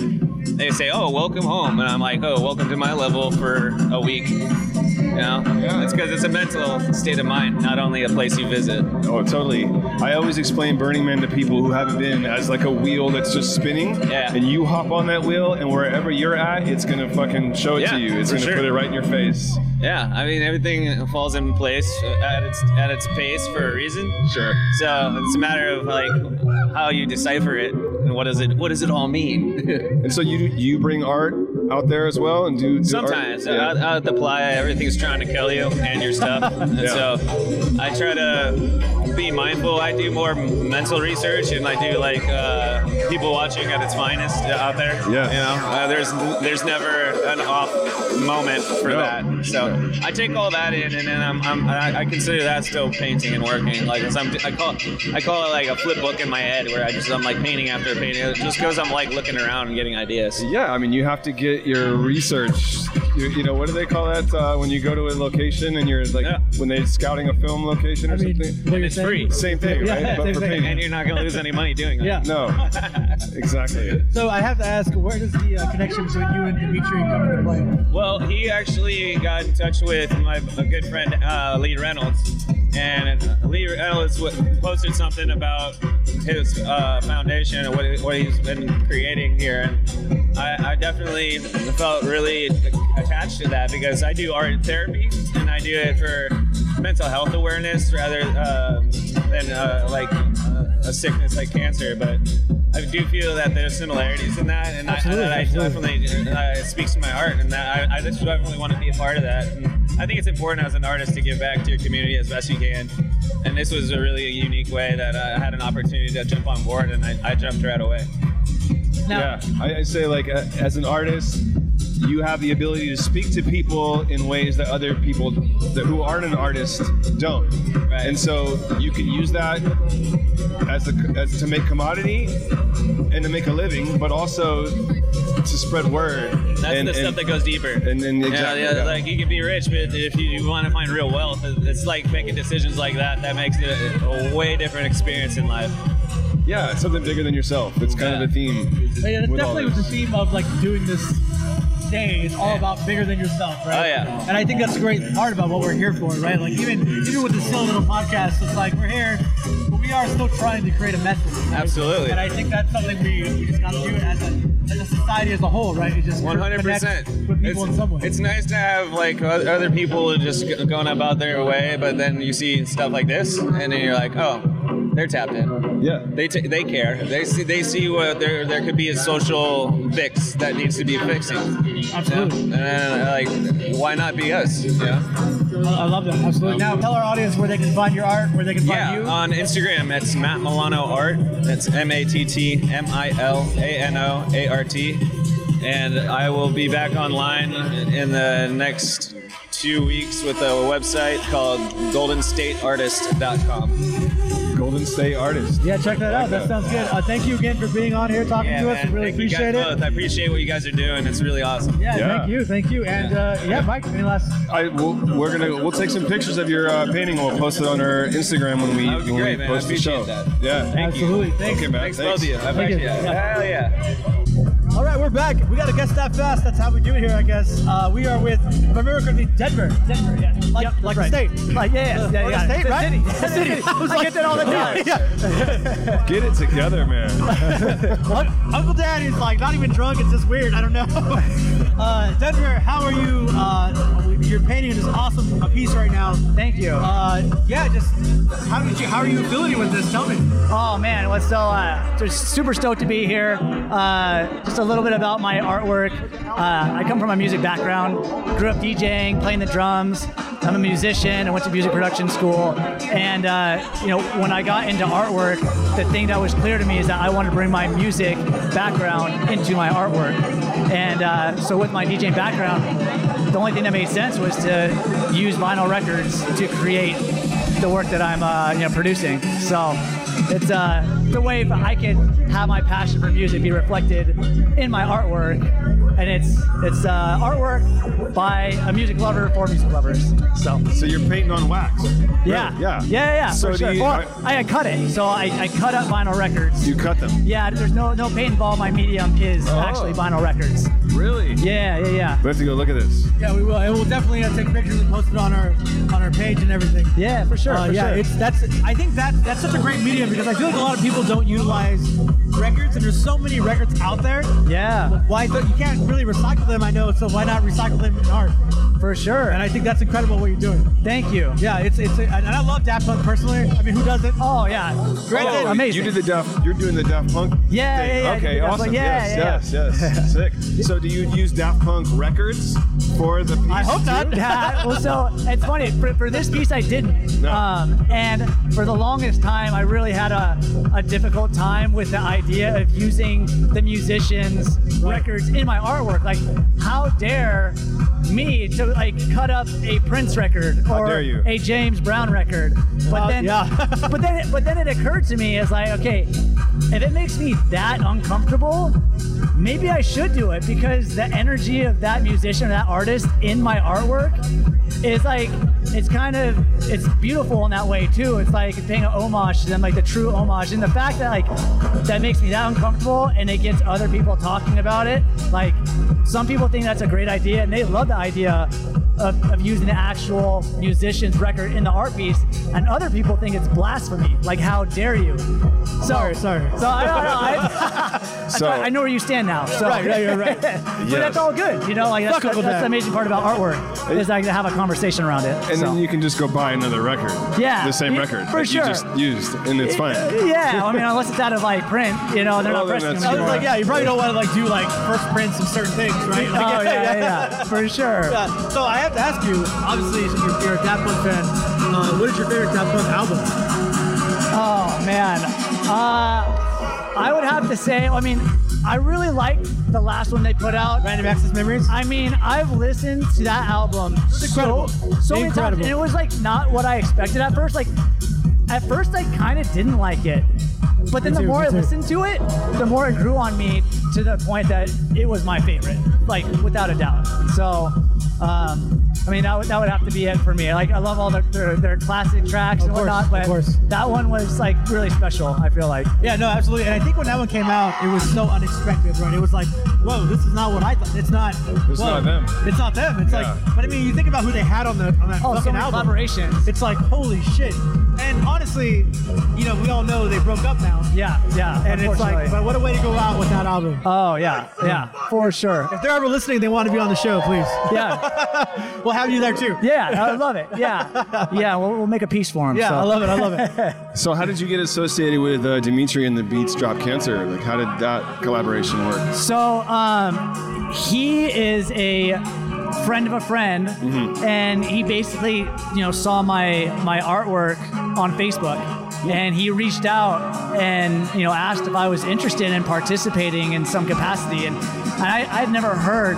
Speaker 5: they say, "Oh, welcome home," and I'm like, "Oh, welcome to my level for a week." You know,
Speaker 2: Yeah.
Speaker 5: it's because it's a mental state of mind, not only a place you visit.
Speaker 2: Oh, totally. I always explain Burning Man to people who haven't been as like a wheel that's just spinning.
Speaker 5: Yeah.
Speaker 2: And you hop on that wheel, and wherever you're at, it's gonna fucking show it
Speaker 5: Yeah,
Speaker 2: to you. It's
Speaker 5: for
Speaker 2: gonna
Speaker 5: sure.
Speaker 2: put it right in your face.
Speaker 5: Yeah, I mean, everything falls in place at its at its pace for a reason.
Speaker 2: Sure.
Speaker 5: So it's a matter of like how you decipher it and what does it what does it all mean.
Speaker 2: And so you you bring art out there as well, and do, do
Speaker 5: Sometimes uh,
Speaker 2: art?
Speaker 5: out, out at the playa, everything's trying to kill you and your stuff. and
Speaker 2: Yeah.
Speaker 5: so I try to be mindful. I do more mental research and I do like uh, people watching at its finest out there.
Speaker 2: Yeah.
Speaker 5: You know, uh, there's there's never an off moment for
Speaker 2: No.
Speaker 5: that. So I take all that in and then I'm, I'm I I consider that still painting and working. Like 'cause I'm, I call I call it like a flip book in my head where I just I'm like painting after painting just because I'm like looking around and getting ideas.
Speaker 2: Yeah, I mean, you have to get your research. You, you know, what do they call that uh, when you go to a location and you're like,
Speaker 5: Yeah.
Speaker 2: when they're scouting a film location or
Speaker 1: I mean,
Speaker 2: something?
Speaker 1: what you're
Speaker 5: It's
Speaker 1: saying-
Speaker 5: free.
Speaker 2: Same thing,
Speaker 1: Yeah,
Speaker 2: right?
Speaker 1: same thing.
Speaker 5: And you're not gonna lose any money doing that.
Speaker 1: Yeah.
Speaker 2: No, exactly.
Speaker 1: So I have to ask, where does the uh, connection between you and Dimitri come into play?
Speaker 5: Well, he actually got in touch with my a good friend uh, Lee Reynolds, and uh, Lee Reynolds wa- posted something about his uh, foundation and what, he- what he's been creating here, and I, I definitely felt really attached to that because I do art therapy and I do it for mental health awareness rather uh, than uh, like uh, a sickness like cancer, but. I do feel that there's similarities in that, and I,
Speaker 1: Absolutely,
Speaker 5: that I
Speaker 1: absolutely.
Speaker 5: definitely definitely, uh, it speaks to my art, and that I, I just definitely want to be a part of that. And I think it's important as an artist to give back to your community as best you can. And this was a really unique way that I had an opportunity to jump on board, and I, I jumped right away.
Speaker 2: Yeah, I, I say like a- as an artist, you have the ability to speak to people in ways that other people that who aren't an artist don't.
Speaker 5: Right.
Speaker 2: And so you can use that as, a, as to make commodity and to make a living, but also to spread word.
Speaker 5: That's
Speaker 2: and,
Speaker 5: the
Speaker 2: and-
Speaker 5: stuff that goes deeper.
Speaker 2: and then exactly,
Speaker 5: yeah, yeah,
Speaker 2: yeah.
Speaker 5: like you can be rich, but if you, you want to find real wealth, it's like making decisions like that. That makes it a, a way different experience in life.
Speaker 2: yeah, it's something bigger than yourself. It's kind
Speaker 5: Yeah.
Speaker 2: of the theme.
Speaker 1: Yeah, that's
Speaker 2: with all
Speaker 1: definitely was the
Speaker 2: this.
Speaker 1: theme of like doing this day. It's all about bigger than yourself, right?
Speaker 5: Oh, yeah.
Speaker 1: And I think that's the great part about what we're here for, right? Like even even with this silly little podcast, it's like we're here, but we are still trying to create a message. right?
Speaker 5: Absolutely.
Speaker 1: And I think that's something we, we just got to do as a as a society as a whole, right? It just
Speaker 5: One hundred percent.
Speaker 1: connects with people in some way.
Speaker 5: It's nice to have like o- other people just g- going about their way, but then you see stuff like this, and then you're like, oh, they're tapped in.
Speaker 2: Yeah.
Speaker 5: They t- they care. They see they see what there there could be a social fix that needs to be fixing.
Speaker 1: Absolutely.
Speaker 5: And then, like, why not be us? Yeah.
Speaker 1: I I love that. Absolutely. Now tell our audience where they can find your art, where they can find
Speaker 5: Yeah. uh,
Speaker 1: you.
Speaker 5: On Instagram, it's Matt Milano Art. That's M A T T M I L A N O A R T. And I will be back online in the next two weeks with a website called GoldenStateArtist.com.
Speaker 2: Golden State artist.
Speaker 1: yeah, check that out. That
Speaker 2: that.
Speaker 1: sounds good. Uh, thank you again for being on here talking to us.
Speaker 5: man,
Speaker 1: we really
Speaker 5: thank you guys
Speaker 1: appreciate it.
Speaker 5: both. I appreciate what you guys are doing. It's really awesome.
Speaker 1: Yeah,
Speaker 2: Yeah.
Speaker 1: thank you, thank you, and uh, yeah, Mike. Any last?
Speaker 2: I we'll, we're gonna we'll take some pictures of your uh, painting and we'll post it on our Instagram when we,
Speaker 5: That would be
Speaker 2: when
Speaker 5: great,
Speaker 2: we
Speaker 5: man. I
Speaker 2: post the
Speaker 5: appreciate
Speaker 2: show.
Speaker 5: that.
Speaker 2: Yeah.
Speaker 5: Thank you.
Speaker 1: Absolutely. Thanks.
Speaker 2: Okay, man.
Speaker 5: Thanks, both of you. I
Speaker 1: Thank you.
Speaker 5: appreciate it. Hell yeah.
Speaker 1: All right, we're back. We got to guess that fast. That's how we do it here, I guess. Uh, we are with, if I remember correctly, Denver. Denver, yeah. Like,
Speaker 6: Yep,
Speaker 1: like
Speaker 6: that's
Speaker 1: the
Speaker 6: right.
Speaker 1: state.
Speaker 6: Like yeah, yeah, yeah,
Speaker 1: Or the
Speaker 6: yeah.
Speaker 1: state,
Speaker 6: The
Speaker 1: right?
Speaker 6: city.
Speaker 1: The city.
Speaker 6: I was
Speaker 1: I
Speaker 6: like,
Speaker 1: get that all the time.
Speaker 2: Get it together, man.
Speaker 1: Un- Uncle Dad is like not even drunk. It's just weird. I don't know. Uh, Denver, how are you? Uh, your painting is awesome. A piece right now.
Speaker 6: Thank you.
Speaker 1: Uh, yeah, just how did you? How are you affiliated with this? Tell me.
Speaker 6: Oh man, well, so uh, just super stoked to be here. Uh, just a little bit about my artwork. Uh, I come from a music background. Grew up DJing, playing the drums. I'm a musician. I went to music production school, and uh, you know when I got into artwork, the thing that was clear to me is that I wanted to bring my music background into my artwork. And uh, so with my DJing background, the only thing that made sense was to use vinyl records to create the work that I'm uh, you know producing. So it's uh,
Speaker 1: the way that I can have my passion for music be reflected in my artwork, and it's it's uh, artwork by a music lover for music lovers. So
Speaker 2: So you're painting on wax.
Speaker 1: yeah,
Speaker 2: Really? Yeah.
Speaker 1: yeah, yeah. yeah
Speaker 2: So
Speaker 1: for
Speaker 2: do
Speaker 1: sure.
Speaker 2: you-
Speaker 1: Or I, I cut it, so I, I cut up vinyl records.
Speaker 2: You Oh. cut them.
Speaker 1: yeah, there's no no paint involved. My medium is actually vinyl records.
Speaker 2: Really?
Speaker 1: Yeah, yeah, yeah.
Speaker 2: We have to go look at this.
Speaker 6: Yeah, we will. And we'll definitely uh, take pictures and post it on our on our page and everything.
Speaker 1: Yeah, for sure.
Speaker 6: Uh,
Speaker 1: for
Speaker 6: yeah,
Speaker 1: sure.
Speaker 6: it's that's. I think that that's such a great medium because I feel like a lot of people don't utilize records, and there's so many records out there.
Speaker 1: yeah,
Speaker 6: Why th- you can't really recycle them? I know, so why not recycle them in art?
Speaker 1: for sure.
Speaker 6: And I think that's incredible what you're doing.
Speaker 1: Thank you.
Speaker 6: Yeah, it's it's. A, and I love Daft Punk personally. I mean, who doesn't?
Speaker 1: Oh yeah, great,
Speaker 2: Oh,
Speaker 1: amazing.
Speaker 2: You did the Daft. You're doing the Daft Punk.
Speaker 1: Yeah,
Speaker 2: thing.
Speaker 1: yeah, yeah, I did
Speaker 2: Okay,
Speaker 1: the Daft
Speaker 2: awesome.
Speaker 1: Punk. Yeah,
Speaker 2: yes,
Speaker 1: yeah, yeah.
Speaker 2: yes, yes. Sick. So, do you use Daft Punk records for the piece?
Speaker 6: I hope not.
Speaker 1: yeah, well, so it's funny for, for this piece I didn't,
Speaker 2: No.
Speaker 1: um, and for the longest time I really had a, a difficult time with the idea of using the musicians' records in my artwork. Like, how dare me to like cut up a Prince record or
Speaker 2: dare you.
Speaker 1: a James Brown record? But
Speaker 6: Well,
Speaker 1: then,
Speaker 6: yeah.
Speaker 1: but then, it, but then it occurred to me as like, okay, if it makes me that uncomfortable, maybe I should do it because the energy of that musician, or that artist in my artwork is like, it's kind of, it's beautiful in that way too. It's like paying a homage to them, like the true homage. And the fact that like, that makes me that uncomfortable and it gets other people talking about it. Like some people think that's a great idea and they love the idea of, of using the actual musician's record in the art piece. And other people think it's blasphemy. Like how dare you? So,
Speaker 6: Sorry, sorry.
Speaker 1: So I don't know. I,
Speaker 2: So,
Speaker 1: I know where you stand now. So.
Speaker 6: Right, right, right, right.
Speaker 1: but
Speaker 2: Yes.
Speaker 1: that's all good. You know, like that's,
Speaker 6: Fuck Uncle
Speaker 1: that's
Speaker 6: Dan.
Speaker 1: the amazing part about artwork is like to have a conversation around it.
Speaker 2: And
Speaker 1: so.
Speaker 2: then you can just go buy another record.
Speaker 1: Yeah,
Speaker 2: The same
Speaker 1: y-
Speaker 2: record
Speaker 1: for
Speaker 2: that
Speaker 1: sure.
Speaker 2: you just used, and it's fine.
Speaker 1: yeah, I mean, unless it's out of like print, you know, they're
Speaker 2: Well,
Speaker 1: not
Speaker 2: then
Speaker 1: pressing them
Speaker 2: that's
Speaker 6: I was
Speaker 2: true.
Speaker 1: anymore.
Speaker 6: like, yeah, you probably don't want to like do like first prints of certain things, right? Like,
Speaker 1: Oh, yeah, yeah, yeah, for sure.
Speaker 6: Yeah, So I have to ask you. Obviously, you're, you're a Daft Punk fan. Uh, what is your favorite Daft Punk album?
Speaker 1: Oh man, uh, I would have to say. I mean, I really liked the last one they put out.
Speaker 6: Random Access Memories.
Speaker 1: I mean, I've listened to that album so,
Speaker 6: incredible.
Speaker 1: so many times,
Speaker 6: Incredible.
Speaker 1: and it was like not what I expected at first. Like, at first, I kind of didn't like it, but then the
Speaker 6: too,
Speaker 1: more
Speaker 6: me
Speaker 1: I
Speaker 6: too.
Speaker 1: listened to it, the more it grew on me to the point that it was my favorite, like without a doubt. So, um, I mean, that would, that would have to be it for me. Like, I love all their their, their classic tracks and
Speaker 6: course,
Speaker 1: whatnot,
Speaker 6: of
Speaker 1: but
Speaker 6: course.
Speaker 1: that one was like really special. I feel like.
Speaker 6: Yeah, no, absolutely. And I think when that one came out, it was so unexpected, right? It was like, whoa, this is not what I thought. It's not.
Speaker 2: It's
Speaker 6: whoa,
Speaker 2: not them.
Speaker 6: It's not them. It's
Speaker 2: Yeah.
Speaker 6: like, but I mean, you think about who they had on the on that
Speaker 1: Oh, so
Speaker 6: fucking
Speaker 1: many
Speaker 6: album.
Speaker 1: collaborations.
Speaker 6: It's like, holy shit. And honestly, you know, we all know they broke up now.
Speaker 1: yeah, yeah.
Speaker 6: And it's like,
Speaker 1: unfortunately.
Speaker 6: but what a way to go out with that album.
Speaker 1: oh yeah, yeah, for sure.
Speaker 6: If they're ever listening, they want to be on the show, please.
Speaker 1: Yeah.
Speaker 6: We'll have you there too.
Speaker 1: Yeah, I love it. Yeah, yeah. We'll, we'll make a piece for him.
Speaker 6: Yeah,
Speaker 1: so.
Speaker 6: I love it. I love it.
Speaker 2: So, how did you get associated with uh, Dimitri and the Beats Drop Cancer? Like, how did that collaboration work?
Speaker 1: So um, he is a friend of a friend, and he basically, you know, saw my my artwork on Facebook, and he reached out and you know asked if I was interested in participating in some capacity, and I, I'd never heard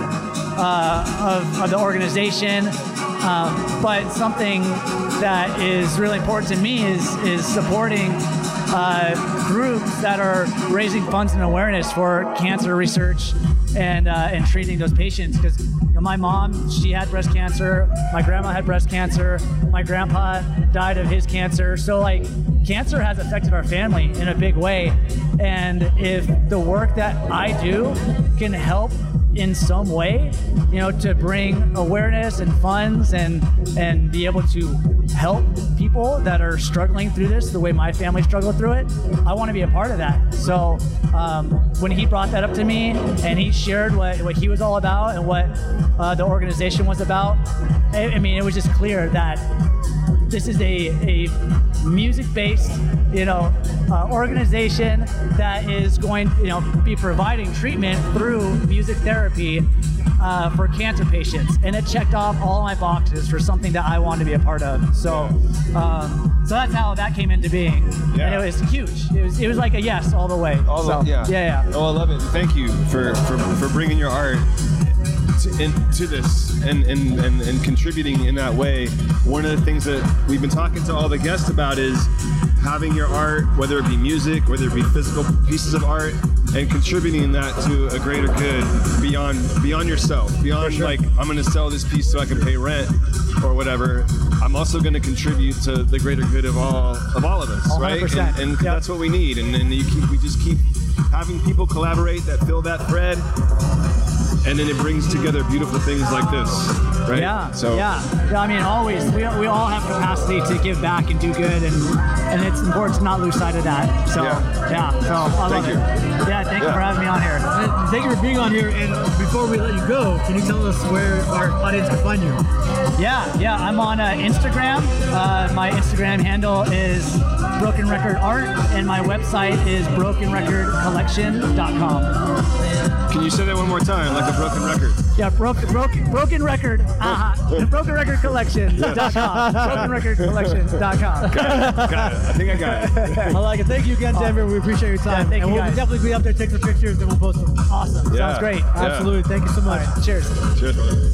Speaker 1: uh, of, of the organization. Um, but something that is really important to me is is supporting uh, groups that are raising funds and awareness for cancer research and uh, and treating those patients. Because my mom, she had breast cancer. My grandma had breast cancer. My grandpa died of his cancer. So like, cancer has affected our family in a big way. And if the work that I do can help in some way, you know, to bring awareness and funds and and be able to help people that are struggling through this the way my family struggled through it. I want to be a part of that. So um, when he brought that up to me and he shared what, what he was all about and what uh, the organization was about, I, I mean, it was just clear that this is a, a music-based, you know, uh, organization that is going, you know, be providing treatment through music therapy uh, for cancer patients, and it checked off all my boxes for something that I wanted to be a part of. So, um, so that's how that came into being,
Speaker 2: Yeah.
Speaker 1: and it was huge. It was, it was like a yes all the way.
Speaker 2: All
Speaker 1: so,
Speaker 2: the, yeah.
Speaker 1: yeah, yeah.
Speaker 2: Oh, I love it. Thank you for for, for bringing your art to, in, to this and, and, and, and contributing in that way. One of the things that we've been talking to all the guests about is
Speaker 3: having your art, whether it be music, whether it be physical pieces of art, and contributing that to a greater good beyond beyond yourself, beyond like I'm going to sell this piece so I can pay rent or whatever. I'm also going to contribute to the greater good of all of all of us, right? And,
Speaker 7: 100%.
Speaker 3: and that's what we need. And then you keep we just keep having people collaborate that fill that thread. And then it brings together beautiful things like this, right?
Speaker 7: Yeah.
Speaker 3: So
Speaker 7: yeah. Yeah, I mean, always. We, we all have capacity to give back and do good, and and it's important to not lose sight of that. So
Speaker 3: Yeah.
Speaker 7: yeah. so I
Speaker 3: Thank
Speaker 7: love
Speaker 3: you.
Speaker 7: it. Yeah. Thank
Speaker 3: Yeah.
Speaker 7: you for having me on here.
Speaker 1: And Thank you for being on here. And before we let you go, can you tell us where our audience can find you?
Speaker 7: Yeah, yeah. I'm on uh, Instagram. Uh, my Instagram handle is Broken Record Art, and my website is BrokenRecordCollection.com.
Speaker 3: can you say that one more time, like a broken record?
Speaker 7: Yeah, broke, broke, Broken Record. Uh-huh, the broken Record Collection.com. Broken Record Collection.com.
Speaker 3: Got it. I think I got it.
Speaker 1: I like it. Thank you again, Denver. We appreciate your time.
Speaker 7: Yeah, thank
Speaker 1: and
Speaker 7: you
Speaker 1: we'll
Speaker 7: guys.
Speaker 1: definitely be up there, take some pictures, and we'll post them. Awesome.
Speaker 3: Yeah.
Speaker 1: Sounds great.
Speaker 3: Yeah.
Speaker 1: Absolutely. Thank you so much.
Speaker 7: Cheers.
Speaker 3: Cheers, brother.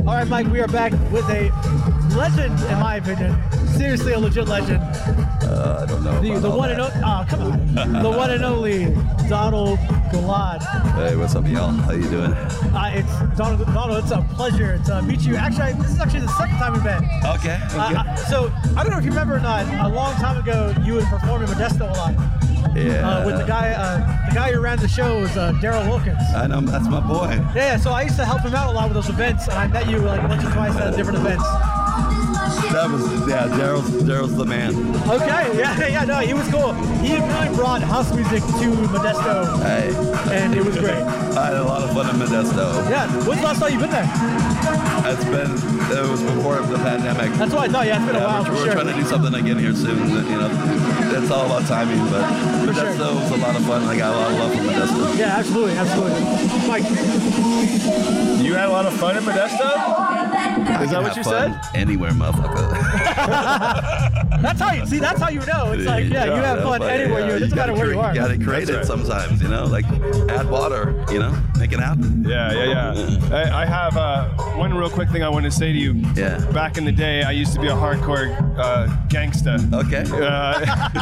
Speaker 1: All right, Mike, we are back with a legend, in my opinion. Seriously, a legit legend.
Speaker 8: No,
Speaker 1: The,
Speaker 8: about
Speaker 1: the
Speaker 8: all
Speaker 1: one and
Speaker 8: that.
Speaker 1: o- oh, come on. the one and only Donald Galad.
Speaker 8: Hey, what's up, y'all? How you doing?
Speaker 1: Uh, it's Donald, Donald, it's a pleasure to meet you. Actually, I, this is actually the second time we've met.
Speaker 8: Okay.
Speaker 1: Uh, I- so I don't know if you remember or not. A long time ago, you would perform in Modesto a lot
Speaker 8: yeah.
Speaker 1: uh, with the guy. Uh, the guy who ran the show was uh, Daryl Wilkins.
Speaker 8: I know that's my boy.
Speaker 1: Yeah, so I used to help him out a lot with those events, and I met you like once or twice at different events.
Speaker 8: That was yeah. Daryl's Daryl's the man.
Speaker 1: Okay, yeah, yeah, no, he was cool. He really brought house music to Modesto,
Speaker 8: Hey,
Speaker 1: and it was great.
Speaker 8: I had a lot of fun in Modesto.
Speaker 1: Yeah, when's the last time you've been there?
Speaker 8: It's been it was before the pandemic.
Speaker 1: That's what I thought. Yeah, it's been a
Speaker 8: Yeah,
Speaker 1: while
Speaker 8: we're,
Speaker 1: for
Speaker 8: we're
Speaker 1: sure.
Speaker 8: trying to do something again here soon. You know, it's all about timing, but Modesto
Speaker 1: sure.
Speaker 8: was a lot of fun. I got a lot of love for Modesto.
Speaker 1: yeah, absolutely, absolutely. Mike,
Speaker 3: You had a lot of fun in Modesto?
Speaker 8: I
Speaker 3: Is that
Speaker 8: can
Speaker 3: what
Speaker 8: have
Speaker 3: you
Speaker 8: fun Anywhere, motherfucker.
Speaker 1: that's how you see. That's how you know. It's like, yeah, you have
Speaker 8: know,
Speaker 1: fun
Speaker 8: but,
Speaker 1: anywhere.
Speaker 8: yeah,
Speaker 1: you, it doesn't
Speaker 8: gotta
Speaker 1: matter where you
Speaker 8: create-
Speaker 1: are.
Speaker 8: gotta create it sometimes, you know? Like, add water, you know? Make it happen.
Speaker 3: Yeah, yeah, yeah. I, I have uh, one real quick thing I want to say to you.
Speaker 8: Yeah.
Speaker 3: Back in the day, I used to be a hardcore uh, gangsta.
Speaker 2: Oh.
Speaker 8: Okay.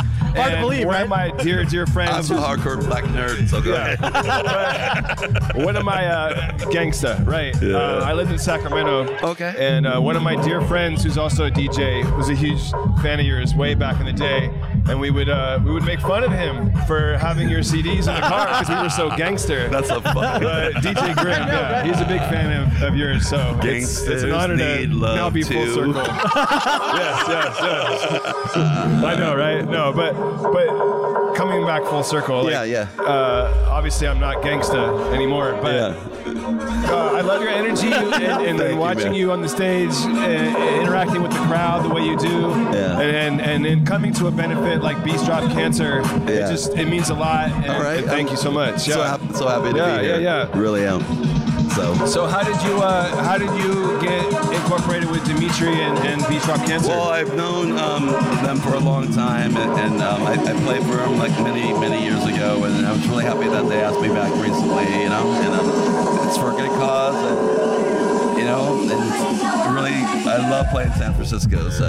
Speaker 3: Uh, Hard
Speaker 1: to believe,
Speaker 3: one of my dear, dear
Speaker 8: I'm
Speaker 3: friends.
Speaker 8: a hardcore black nerd, so go ahead.
Speaker 3: one of my uh, gangsta, right?
Speaker 8: Yeah.
Speaker 3: Uh, I lived in Sacramento.
Speaker 8: Okay.
Speaker 3: And uh, one of my dear friends, who's also a DJ, was a huge fan of yours way back in the day, and we would uh, we would make fun of him for having your CDs in the car because we were so gangster.
Speaker 8: That's so funny.
Speaker 3: But DJ Grimm, yeah, he's a big fan of, of yours, so it's- it's, an
Speaker 8: Gangsters
Speaker 3: honor to
Speaker 8: need love
Speaker 3: now be full
Speaker 8: too.
Speaker 3: circle. yes, yes, yes. I know, right? No, but but coming back full circle. like,
Speaker 8: Yeah, yeah.
Speaker 3: Uh, obviously, I'm not gangsta anymore, but
Speaker 8: Yeah.
Speaker 3: uh, I love your energy and, and,
Speaker 8: Thank
Speaker 3: and
Speaker 8: you,
Speaker 3: watching
Speaker 8: man.
Speaker 3: you, on the stage, and, interacting with the crowd the way you do,
Speaker 8: Yeah.
Speaker 3: and, and and then coming to a benefit like Beast Drop Cancer. It
Speaker 8: Yeah.
Speaker 3: just it means a lot. And,
Speaker 8: All right.
Speaker 3: and thank you so much.
Speaker 8: So,
Speaker 3: yeah.
Speaker 8: happy, so happy to
Speaker 3: Yeah,
Speaker 8: be here.
Speaker 3: yeah, yeah.
Speaker 8: Really am. So,
Speaker 3: So how did you uh, how did you get incorporated with Dimitri and, and Beach Rock Cancer?
Speaker 8: well, I've known um, them for a long time, and, and um, I, I played for them like many, many years ago, and I was really happy that they asked me back recently, you know? And um, it's for a good cause, and, you know? And it's really, I love playing San Francisco, so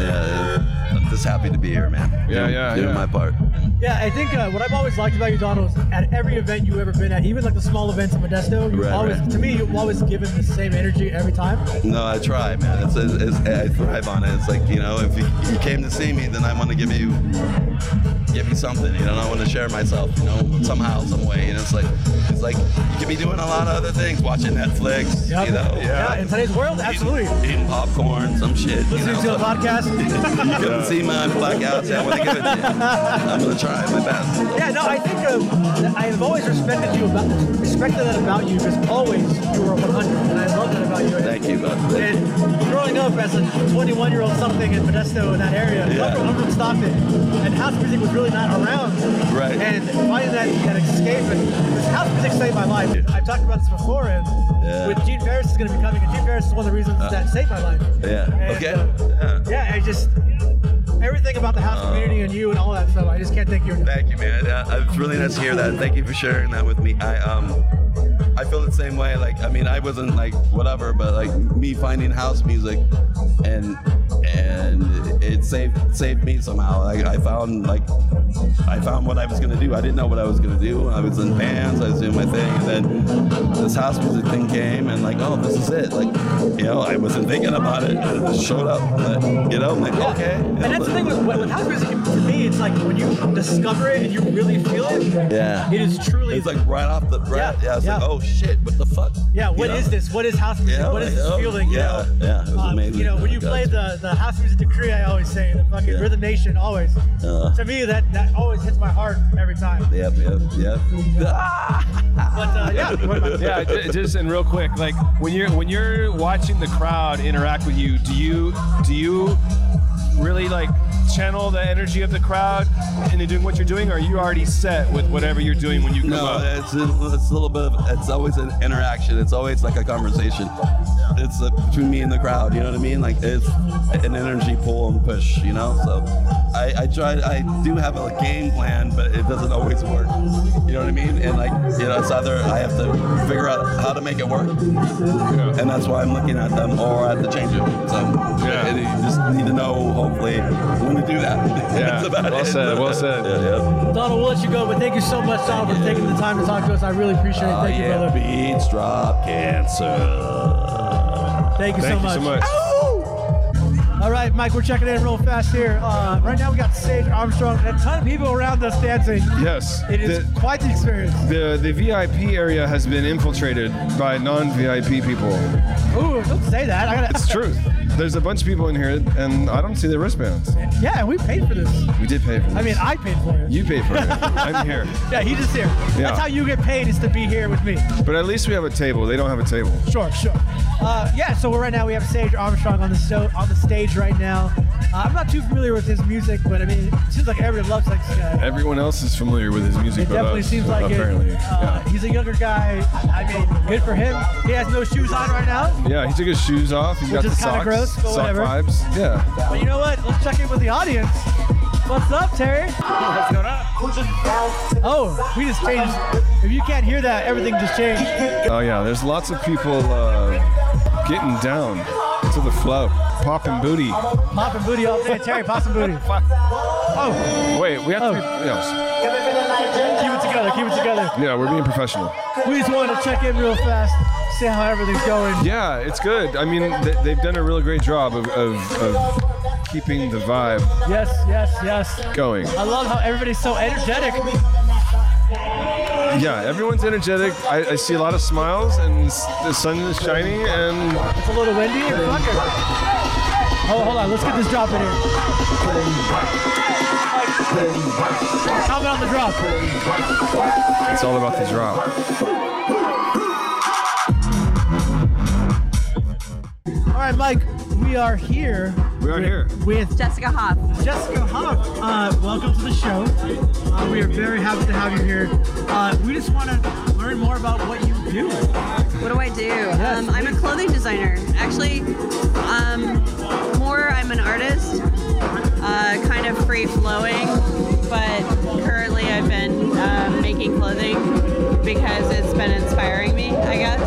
Speaker 8: yeah, I'm just happy to be here, man.
Speaker 3: Yeah,
Speaker 8: Doing-
Speaker 3: yeah,
Speaker 8: Doing
Speaker 3: yeah.
Speaker 8: my part.
Speaker 1: Yeah, I think uh, what I've always liked about you, Donald, is at every event you've ever been at, even like the small events in Modesto, you
Speaker 8: Right,
Speaker 1: always,
Speaker 8: right.
Speaker 1: to me, you've always given the same energy every time.
Speaker 8: No, I try, man. It's, it's, it's, I thrive on it. It's like you know, if you, you came to see me, then I want to give you give you something. You know, I want to share myself. You know, somehow, some way. You know, it's like it's like you could be doing a lot of other things, watching Netflix.
Speaker 1: Yep.
Speaker 8: You know,
Speaker 1: Yeah, in today's world, absolutely.
Speaker 8: Eating, eating popcorn, some shit. You
Speaker 1: Listening to
Speaker 8: know,
Speaker 1: the podcast.
Speaker 8: you couldn't see my blackouts. I want to give it to you. I'm gonna try my best.
Speaker 1: Yeah, no, I think uh, I've always respected you about respected that about you because always you were 100, and I love that about you.
Speaker 8: Thank you, bud. Thank you.
Speaker 1: And growing up as a 21 year old something in Modesto in that area,
Speaker 8: Yeah.
Speaker 1: I'm, from, I'm from Stockton, and house music was really not around.
Speaker 8: Right.
Speaker 1: And finding that, that escape, and because house music saved my life. I've talked about this before, and
Speaker 8: Yeah. Uh.
Speaker 1: with Gene Ferris is going to be coming, and Gene Ferris is one of the reasons that saved my life.
Speaker 8: Yeah.
Speaker 1: And,
Speaker 8: Okay.
Speaker 1: uh,
Speaker 8: Yeah.
Speaker 1: yeah, I just everything about the house
Speaker 8: Uh.
Speaker 1: community and you and all that stuff. I just can't thank you enough.
Speaker 8: Thank you, man. Uh, it's really nice to hear that. Thank you for sharing that with me. I um, I feel the same way. Like, I mean, I wasn't like whatever, but like me finding house music, and and it saved saved me somehow. Like, I found like I found what I was gonna do. I didn't know what I was gonna do. I was in bands. I was doing my thing, and then this house music thing came, and like, oh, this is it. Like, you know, I wasn't thinking about it. It just showed up. Like, you know, I'm like, okay.
Speaker 1: And that's the thing with, with house music. To me, it's like when you discover it and you really feel it.
Speaker 8: Yeah.
Speaker 1: It is truly.
Speaker 8: It's like right off the
Speaker 1: Yeah,
Speaker 8: breath. Yeah. I was like,
Speaker 1: yeah.
Speaker 8: oh shit, what the fuck?
Speaker 1: yeah. What is
Speaker 8: You know?
Speaker 1: this? What is house music?
Speaker 8: Yeah,
Speaker 1: what is
Speaker 8: like,
Speaker 1: this
Speaker 8: oh,
Speaker 1: feeling? you
Speaker 8: Yeah,
Speaker 1: know?
Speaker 8: yeah, it was
Speaker 1: Um,
Speaker 8: amazing.
Speaker 1: You know, when
Speaker 8: Oh,
Speaker 1: you
Speaker 8: God.
Speaker 1: play the, the house music decree, I always say the fucking
Speaker 8: Yeah.
Speaker 1: Rhythm Nation always.
Speaker 8: Uh.
Speaker 1: to me, that that always hits my heart every time.
Speaker 8: Yep, yep, yep.
Speaker 1: But uh, yeah,
Speaker 2: yeah, ju- just and real quick, like when you're when you're watching the crowd interact with you, do you do you really like channel the energy of the crowd into doing what you're doing, or are you already set with whatever you're doing when you come
Speaker 8: No,
Speaker 2: up?
Speaker 8: it's a, it's a little bit of, it's always an interaction. It's always like a conversation. It's uh between me and the crowd, you know what I mean? Like it's an energy pull and push, you know? So I, I try, I do have a game plan, but it doesn't always work. You know what I mean? And like, you know, it's either I have to figure out how to make it work, and that's why I'm looking at them, or I have to change it. So
Speaker 2: Yeah.
Speaker 8: and you just need to know, hopefully, when to do that. that's about
Speaker 2: well
Speaker 8: it.
Speaker 2: said, well said.
Speaker 8: Yeah, yeah.
Speaker 1: Donald, we'll let you go. But thank you so much, Donald, for taking the time to talk to us. I really appreciate
Speaker 8: Ah,
Speaker 1: it. Thank you, brother.
Speaker 8: beats drop cancer.
Speaker 1: Thank you so
Speaker 2: Thank you
Speaker 1: much.
Speaker 2: so much.
Speaker 1: All right, Mike, we're checking in real fast here. Uh, right now, we got Sage Armstrong and a ton of people around us dancing.
Speaker 2: Yes,
Speaker 1: It is
Speaker 2: the-
Speaker 1: quite the experience.
Speaker 2: The, the VIP area has been infiltrated by non VIP people.
Speaker 1: Ooh, don't say that. I gotta.
Speaker 2: It's true. There's a bunch of people in here, and I don't see their wristbands.
Speaker 1: Yeah, and we paid for this.
Speaker 2: We did pay for this.
Speaker 1: I mean, I paid for it.
Speaker 2: you paid for it. I'm here.
Speaker 1: yeah, he just here.
Speaker 2: Yeah.
Speaker 1: That's how you get paid is to be here with me.
Speaker 2: But at least we have a table. They don't have a table.
Speaker 1: Sure, sure. Uh, yeah, so we're right now we have Sage Armstrong on the show on the stage right now. Uh, I'm not too familiar with his music, but I mean, it seems like everyone loves this guy.
Speaker 2: Everyone else is familiar with his music,
Speaker 1: It
Speaker 2: but
Speaker 1: definitely
Speaker 2: us,
Speaker 1: seems like
Speaker 2: apparently.
Speaker 1: it. Uh, He's a younger guy. I mean, good for him. He has no shoes on right now.
Speaker 2: yeah. yeah, he took his shoes off. He's got
Speaker 1: Which
Speaker 2: the
Speaker 1: is kinda
Speaker 2: socks.
Speaker 1: gross, but
Speaker 2: sock
Speaker 1: whatever.
Speaker 2: vibes. Yeah.
Speaker 1: But you know what? Let's check in with the audience. What's up, Terry?
Speaker 9: What's going on?
Speaker 1: Oh, we just changed. If you can't hear that, everything just changed.
Speaker 2: Oh yeah. There's lots of people uh, getting down to the flow, popping booty.
Speaker 1: Pop and booty all day. Terry, pop and booty. Oh,
Speaker 2: Wait, we have
Speaker 1: Oh.
Speaker 2: to. Be, yes.
Speaker 1: keep it together. Keep it together.
Speaker 2: Yeah, we're being professional.
Speaker 1: We just wanted to check in real fast, see how everything's going.
Speaker 2: Yeah, it's good. I mean, th- they've done a really great job of, of, of keeping the vibe
Speaker 1: Yes, yes, yes.
Speaker 2: going.
Speaker 1: I love how everybody's so energetic.
Speaker 2: Yeah, everyone's energetic. I, I see a lot of smiles, and s- the sun is shining, and
Speaker 1: It's a little windy. but fuck it. Oh, hold on. Let's get this drop in here. Comment on the drop.
Speaker 2: it's all about the drop.
Speaker 1: All right, Mike. We are here
Speaker 2: We are here.
Speaker 1: with
Speaker 10: Jessica Hoff.
Speaker 1: Jessica Huff. Uh, welcome to the show. Uh, we are very happy to have you here. Uh, we just want to learn more about what you do.
Speaker 10: What do I do? Um, I'm a clothing designer. Actually, um, more I'm an artist, uh, kind of free flowing, but currently I've been uh, making clothing because it's been inspiring me, I guess.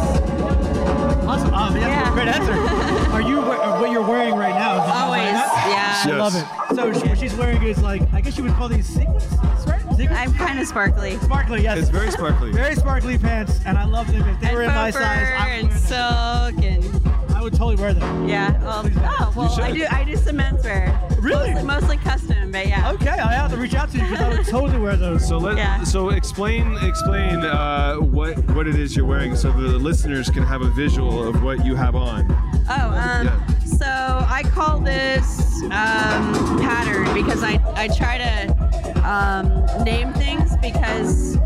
Speaker 1: Awesome. Um, yeah,
Speaker 10: Yeah.
Speaker 1: Great answer. Are you we- uh, what you're wearing right now? is-
Speaker 10: Always, yeah.
Speaker 1: I love it. So she, what she's wearing is like I guess you would call these sequins, right? Sequins?
Speaker 10: I'm kind of sparkly.
Speaker 1: sparkly, yes.
Speaker 2: It's very sparkly.
Speaker 1: Very sparkly pants, and I love them. If they
Speaker 10: And
Speaker 1: were in my
Speaker 10: faux fur
Speaker 1: size, I would,
Speaker 10: and silk and
Speaker 1: wear them. I would totally wear them.
Speaker 10: yeah. Well, oh well, I do. I do some menswear.
Speaker 1: Really?
Speaker 10: Mostly, mostly custom, but yeah.
Speaker 1: Okay, I have to reach out to you because I would totally wear those.
Speaker 2: So let
Speaker 10: Yeah.
Speaker 2: so explain explain uh, what what it is you're wearing, so the listeners can have a visual of what you have on.
Speaker 10: Oh, um,
Speaker 2: Yeah.
Speaker 10: so I call this um, pattern because I, I try to um, name things because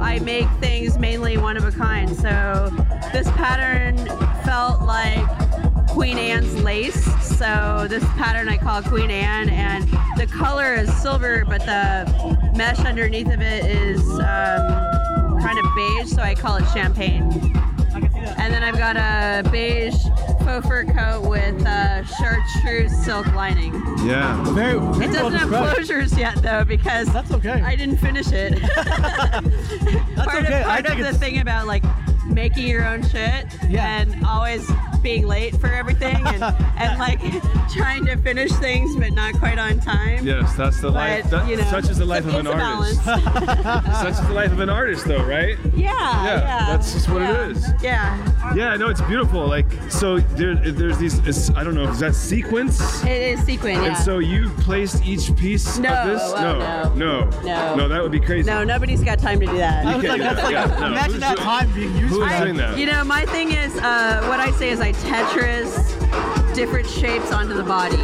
Speaker 10: I make things mainly one of a kind. So this pattern felt like Queen Anne's lace. So this pattern I call Queen Anne, and the color is silver, but the mesh underneath of it is um, kind of beige, so I call it champagne. And then I've got a beige faux fur coat with a chartreuse silk lining.
Speaker 2: Yeah.
Speaker 1: Very, very
Speaker 10: It
Speaker 1: well
Speaker 10: doesn't have
Speaker 1: described.
Speaker 10: closures yet though because
Speaker 1: That's okay.
Speaker 10: I didn't finish it. That's part
Speaker 1: okay, I
Speaker 10: Of, part
Speaker 1: think
Speaker 10: of the
Speaker 1: it's-
Speaker 10: thing about like making your own shit
Speaker 11: Yeah.
Speaker 10: and always being late for everything and, and like trying to finish things but not quite on time.
Speaker 2: Yes, that's the life.
Speaker 10: But,
Speaker 2: That,
Speaker 10: you know,
Speaker 2: such is the life
Speaker 10: it's
Speaker 2: of an
Speaker 10: a
Speaker 2: artist.
Speaker 10: balance.
Speaker 2: such is the life of an artist, though, right?
Speaker 10: Yeah, yeah.
Speaker 2: that's just what it
Speaker 10: yeah,
Speaker 2: is.
Speaker 10: Yeah.
Speaker 2: Yeah, no, it's beautiful. Like, so there, there's these. It's, I don't know. Is that sequence?
Speaker 10: It is sequin, yeah.
Speaker 2: And so you've placed each piece
Speaker 10: No,
Speaker 2: of this?
Speaker 10: well,
Speaker 2: no, no,
Speaker 10: No.
Speaker 2: that would be crazy.
Speaker 10: no, nobody's got time to do that.
Speaker 2: You can't do that. Yeah, no.
Speaker 11: Imagine
Speaker 2: Who's
Speaker 11: that
Speaker 2: doing-
Speaker 11: time being used.
Speaker 2: Who's
Speaker 10: I-
Speaker 2: doing that?
Speaker 10: You know, my thing is, uh, what I say is I Tetris different shapes onto the body.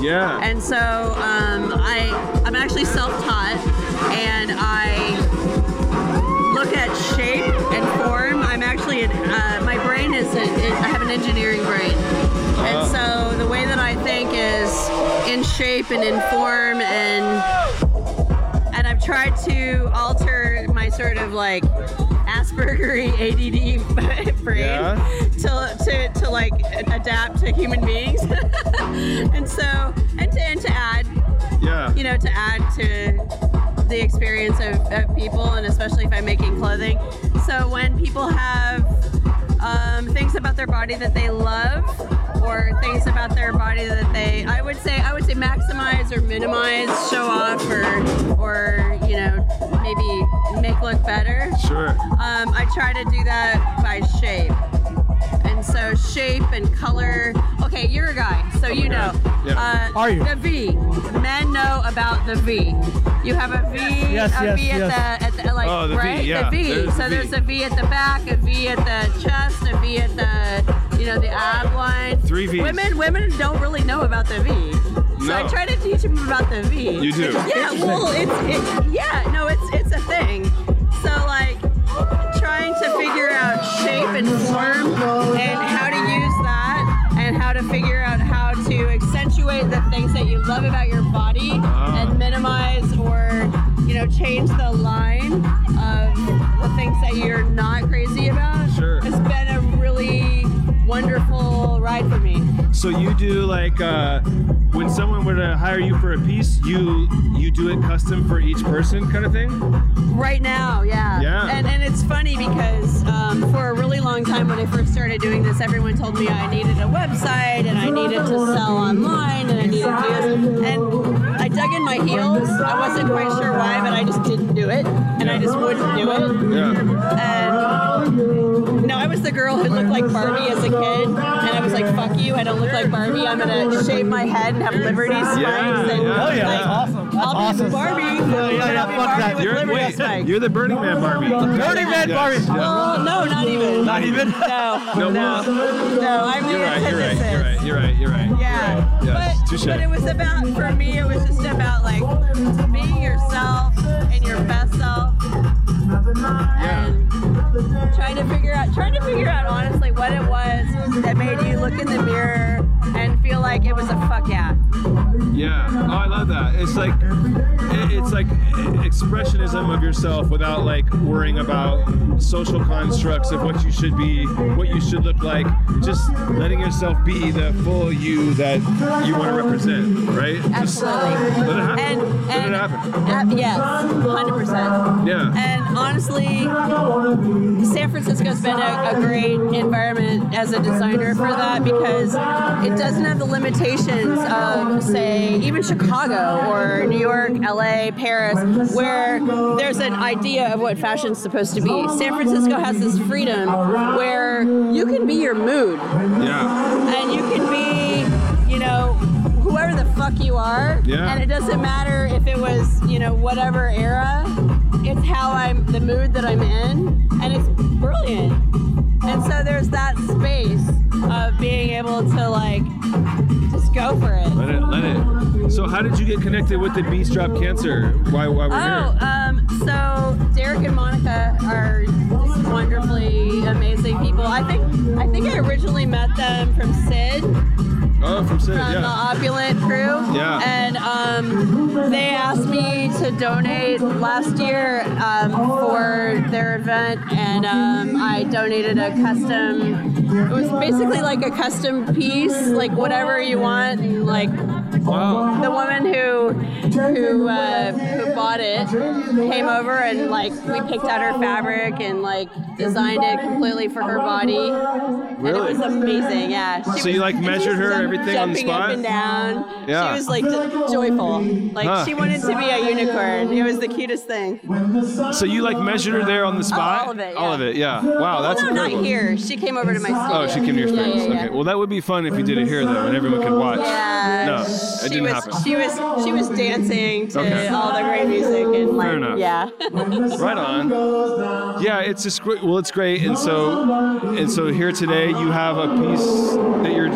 Speaker 2: yeah.
Speaker 10: And so um, I, I'm actually self-taught, and I look at shape and form. I'm actually, an, uh, my brain is, a, I have an engineering brain, and so the way that I think is in shape and in form, and and I've tried to alter my sort of like Aspergery ADD brain
Speaker 2: Yeah.
Speaker 10: to, to, to like adapt to human beings, and so and to, and to add
Speaker 2: yeah.
Speaker 10: you know, to add to the experience of, of people, and especially if I'm making clothing. So when people have um, things about their body that they love, or things about their body that they, I would say, I would say maximize or minimize, show off, or or you know, maybe make look better.
Speaker 2: sure.
Speaker 10: Um, I try to do that by shape. And so shape and color. Okay, you're a guy, so you know.
Speaker 2: Yeah.
Speaker 10: Uh,
Speaker 11: Are you?
Speaker 10: The V. Men know about the V. You have a V,
Speaker 11: Yes,
Speaker 10: a
Speaker 11: yes,
Speaker 10: V at
Speaker 11: yes.
Speaker 10: the at the like
Speaker 2: Oh, the V,
Speaker 10: right
Speaker 2: yeah.
Speaker 10: the V.
Speaker 2: There's the
Speaker 10: so
Speaker 2: V.
Speaker 10: there's a V at the back, a V at the chest, a V at the you know the ab line.
Speaker 2: Three Vs.
Speaker 10: Women women don't really know about the V. So I
Speaker 2: No.
Speaker 10: try to teach them about the V.
Speaker 2: You do.
Speaker 10: Yeah, well, it's it, yeah, no, it's it's a thing. So like trying to figure out shape and form and how to use that and how to figure out how to accentuate the things that you love about your body and minimize or you know change the line of the things that you're not crazy about.
Speaker 2: Sure.
Speaker 10: It's been a really wonderful ride for me.
Speaker 2: So you do like uh, when someone were to hire you for a piece, you you do it custom for each person, kind of thing.
Speaker 10: Right now, yeah.
Speaker 2: Yeah.
Speaker 10: And, and it's funny because um, for a really long time when I first started doing this, everyone told me I needed a website and I needed to sell online and I needed to do this. And I dug in my heels. I wasn't quite sure why, but I just didn't do it. And I just wouldn't do it.
Speaker 2: Yeah.
Speaker 10: And no, I was the girl who looked like Barbie as a kid. And I was like, fuck you, I don't look like Barbie. I'm going to shave my head and have Liberty spikes.
Speaker 2: yeah. Oh,
Speaker 10: and
Speaker 11: yeah,
Speaker 10: like,
Speaker 11: that's awesome. That's
Speaker 10: I'll be
Speaker 11: awesome.
Speaker 10: Barbie.
Speaker 11: Yeah, yeah, yeah,
Speaker 10: I'll be
Speaker 11: fuck
Speaker 10: Barbie
Speaker 11: that.
Speaker 10: with
Speaker 2: You're,
Speaker 10: Liberty
Speaker 2: wait,
Speaker 10: spikes.
Speaker 2: you're the Burning Man Barbie.
Speaker 11: Burning Man Barbie.
Speaker 10: Well, no, not even. Not
Speaker 2: even?
Speaker 10: No.
Speaker 2: No,
Speaker 10: No.
Speaker 2: well,
Speaker 10: No, I'm
Speaker 2: You're
Speaker 10: the
Speaker 2: right. You're right. You're
Speaker 10: antithesis.
Speaker 2: right. You're right. You're right.
Speaker 10: Yeah.
Speaker 2: You're right. Yeah.
Speaker 10: But,
Speaker 2: Touche.
Speaker 10: but it was about, for me, it was just about like being yourself and your best self. And trying to figure out, trying to figure out honestly what it was that made you look in the mirror and feel like it was a fuck yeah.
Speaker 2: Yeah. Oh, I love that. It's like it- it's like expressionism of yourself without like worrying about social constructs of what you should be, what you should look like. Just letting yourself be the full you that you want to represent, right? Just
Speaker 10: Absolutely.
Speaker 2: let it happen.
Speaker 10: And,
Speaker 2: let
Speaker 10: and
Speaker 2: it happen.
Speaker 10: uh, yes, 100%.
Speaker 2: Yeah.
Speaker 10: And honestly, San Francisco's been a, a great environment as a designer for that because it doesn't have the limitations of, say, even Chicago or New York, LA, Paris, where there's an idea of what fashion's supposed to be. San Francisco has this freedom where you can be your mood
Speaker 2: Yeah.
Speaker 10: and you can be, you know, whoever the fuck you are.
Speaker 2: Yeah.
Speaker 10: And it doesn't matter if it was, you know, whatever era. It's how I'm, the mood that I'm in, and it's brilliant. And so there's that space of being able to like just go for it.
Speaker 2: Let it. Let it. So, how did you get connected with the Beast Drop Cancer? Why? Why we're
Speaker 10: Oh,
Speaker 2: here?
Speaker 10: um, so Derek and Monica are just wonderfully amazing people. I think I think I originally met them from Sid.
Speaker 2: Oh, from Sid.
Speaker 10: from uh, the
Speaker 2: Yeah.
Speaker 10: opulent crew.
Speaker 2: Yeah.
Speaker 10: And um, they asked me to donate last year um, for their event, and um, I donated a custom It was basically like a custom piece, like whatever you want. and, Like the woman who who uh, who bought it came over and like we picked out her fabric and like designed it completely for her body. And it
Speaker 2: Really?
Speaker 10: was amazing. Yeah. She
Speaker 2: So you,
Speaker 10: was-
Speaker 2: like,
Speaker 10: and she
Speaker 2: measured
Speaker 10: was
Speaker 2: her,
Speaker 10: jump-
Speaker 2: everything on the
Speaker 10: jumping
Speaker 2: spot?
Speaker 10: up and down.
Speaker 2: Yeah.
Speaker 10: She was like d- joyful. Like
Speaker 2: Huh.
Speaker 10: she wanted to be a unicorn. It was the cutest thing.
Speaker 2: So you like measured her there on the spot?
Speaker 10: all of it,
Speaker 2: All
Speaker 10: yeah.
Speaker 2: of it. Yeah. Wow, that's
Speaker 10: no,
Speaker 2: incredible.
Speaker 10: not here. She came over to my studio.
Speaker 2: Oh, she came to your
Speaker 10: Yeah,
Speaker 2: space.
Speaker 10: yeah, yeah.
Speaker 2: Okay. Well, that would be fun if you did it here though, and everyone could watch.
Speaker 10: Yeah.
Speaker 2: No,
Speaker 10: she
Speaker 2: it didn't
Speaker 10: was,
Speaker 2: happen.
Speaker 10: She was she was dancing to
Speaker 2: Okay.
Speaker 10: all the great music and like
Speaker 2: enough.
Speaker 10: yeah.
Speaker 2: Right on. Yeah, it's just great. Well, it's great, and so and so here today you have a piece that you're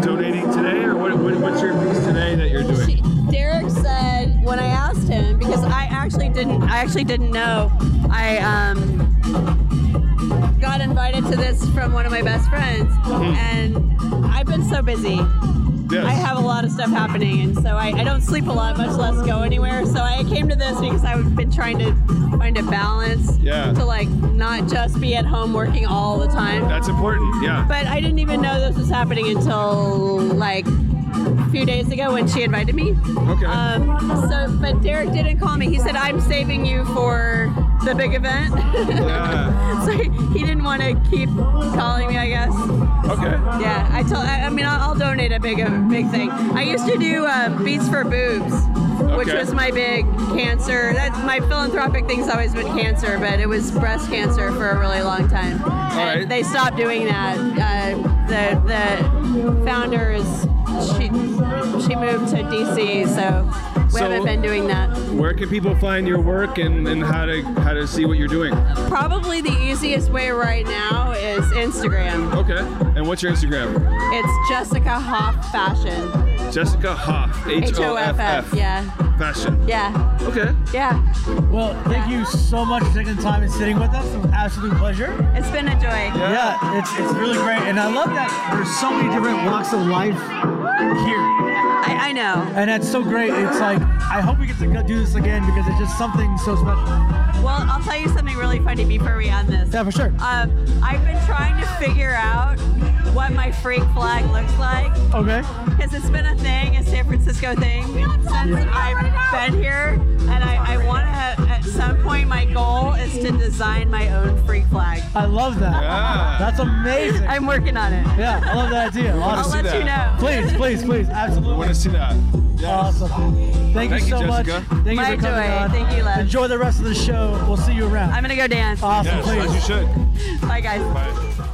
Speaker 2: donating today, or what, what, what's your piece today that you're doing?
Speaker 10: Derek said when I asked him because I actually didn't I actually didn't know I um got invited to this from one of my best friends and I've been so busy.
Speaker 2: Mm-hmm. Yes.
Speaker 10: I have a lot of stuff happening and so I, I don't sleep a lot, much less go anywhere. So I came to this because I've been trying to find a balance
Speaker 2: Yeah.
Speaker 10: to like not just be at home working all the time.
Speaker 2: That's important. Yeah.
Speaker 10: But I didn't even know this was happening until like a few days ago when she invited me.
Speaker 2: Okay.
Speaker 10: Um, so, but Derek didn't call me. He said, "I'm saving you for the big event."
Speaker 2: Yeah.
Speaker 10: so he didn't want to keep calling me. I guess.
Speaker 2: okay.
Speaker 10: Yeah. I told. I, I mean, I'll, I'll donate a big, a big thing. I used to do um, beats for boobs. Which
Speaker 2: Okay.
Speaker 10: was my big cancer. That's my philanthropic thing's always been cancer, but it was breast cancer for a really long time. And
Speaker 2: right.
Speaker 10: They stopped doing that. Uh, the the founder is she she moved to DC, so we
Speaker 2: So-
Speaker 10: haven't been doing that.
Speaker 2: Where can people find your work and, and how to how to see what you're doing?
Speaker 10: Probably the easiest way right now is Instagram.
Speaker 2: Okay. And what's your Instagram?
Speaker 10: It's Jessica Hoff Fashion.
Speaker 2: Jessica Hoff. H
Speaker 10: H
Speaker 2: O F F.
Speaker 10: Yeah.
Speaker 2: Fashion.
Speaker 10: Yeah.
Speaker 2: Okay.
Speaker 10: Yeah.
Speaker 11: Well, thank you so much for taking the time and sitting with us. It was an absolute pleasure.
Speaker 10: It's been a joy.
Speaker 11: Yeah, it's, it's really great. And I love that there's so many different walks of life here.
Speaker 10: I, I know.
Speaker 11: And that's so great. It's like, I hope we get to go do this again because it's just something so special.
Speaker 10: Well, I'll tell you something really funny before we end this.
Speaker 11: Yeah, for sure.
Speaker 10: Um, I've been trying to figure out what my freak flag looks like
Speaker 11: Okay.
Speaker 10: because it's been a thing, a San Francisco thing, since I've been here. And I, I want to, at some point, my goal is to design my own freak flag.
Speaker 11: I love that.
Speaker 2: Yeah.
Speaker 11: That's amazing.
Speaker 10: I'm working on it.
Speaker 11: yeah, I love that idea.
Speaker 10: I'll
Speaker 11: Awesome.
Speaker 10: let
Speaker 2: that.
Speaker 10: you know.
Speaker 11: Please, please, please.
Speaker 2: I
Speaker 11: Absolutely.
Speaker 2: want to see that. Yes.
Speaker 11: Awesome. Thank,
Speaker 2: Thank
Speaker 11: you
Speaker 2: you,
Speaker 11: so much.
Speaker 2: Jessica.
Speaker 11: Thank
Speaker 10: My
Speaker 11: you for coming
Speaker 10: joy.
Speaker 11: on.
Speaker 10: Thank you, love.
Speaker 11: Enjoy the rest of the show. We'll see you around. Uh,
Speaker 10: I'm going to go dance.
Speaker 11: awesome.
Speaker 2: Yes,
Speaker 11: Please.
Speaker 2: as you should.
Speaker 10: Bye, guys.
Speaker 2: Bye.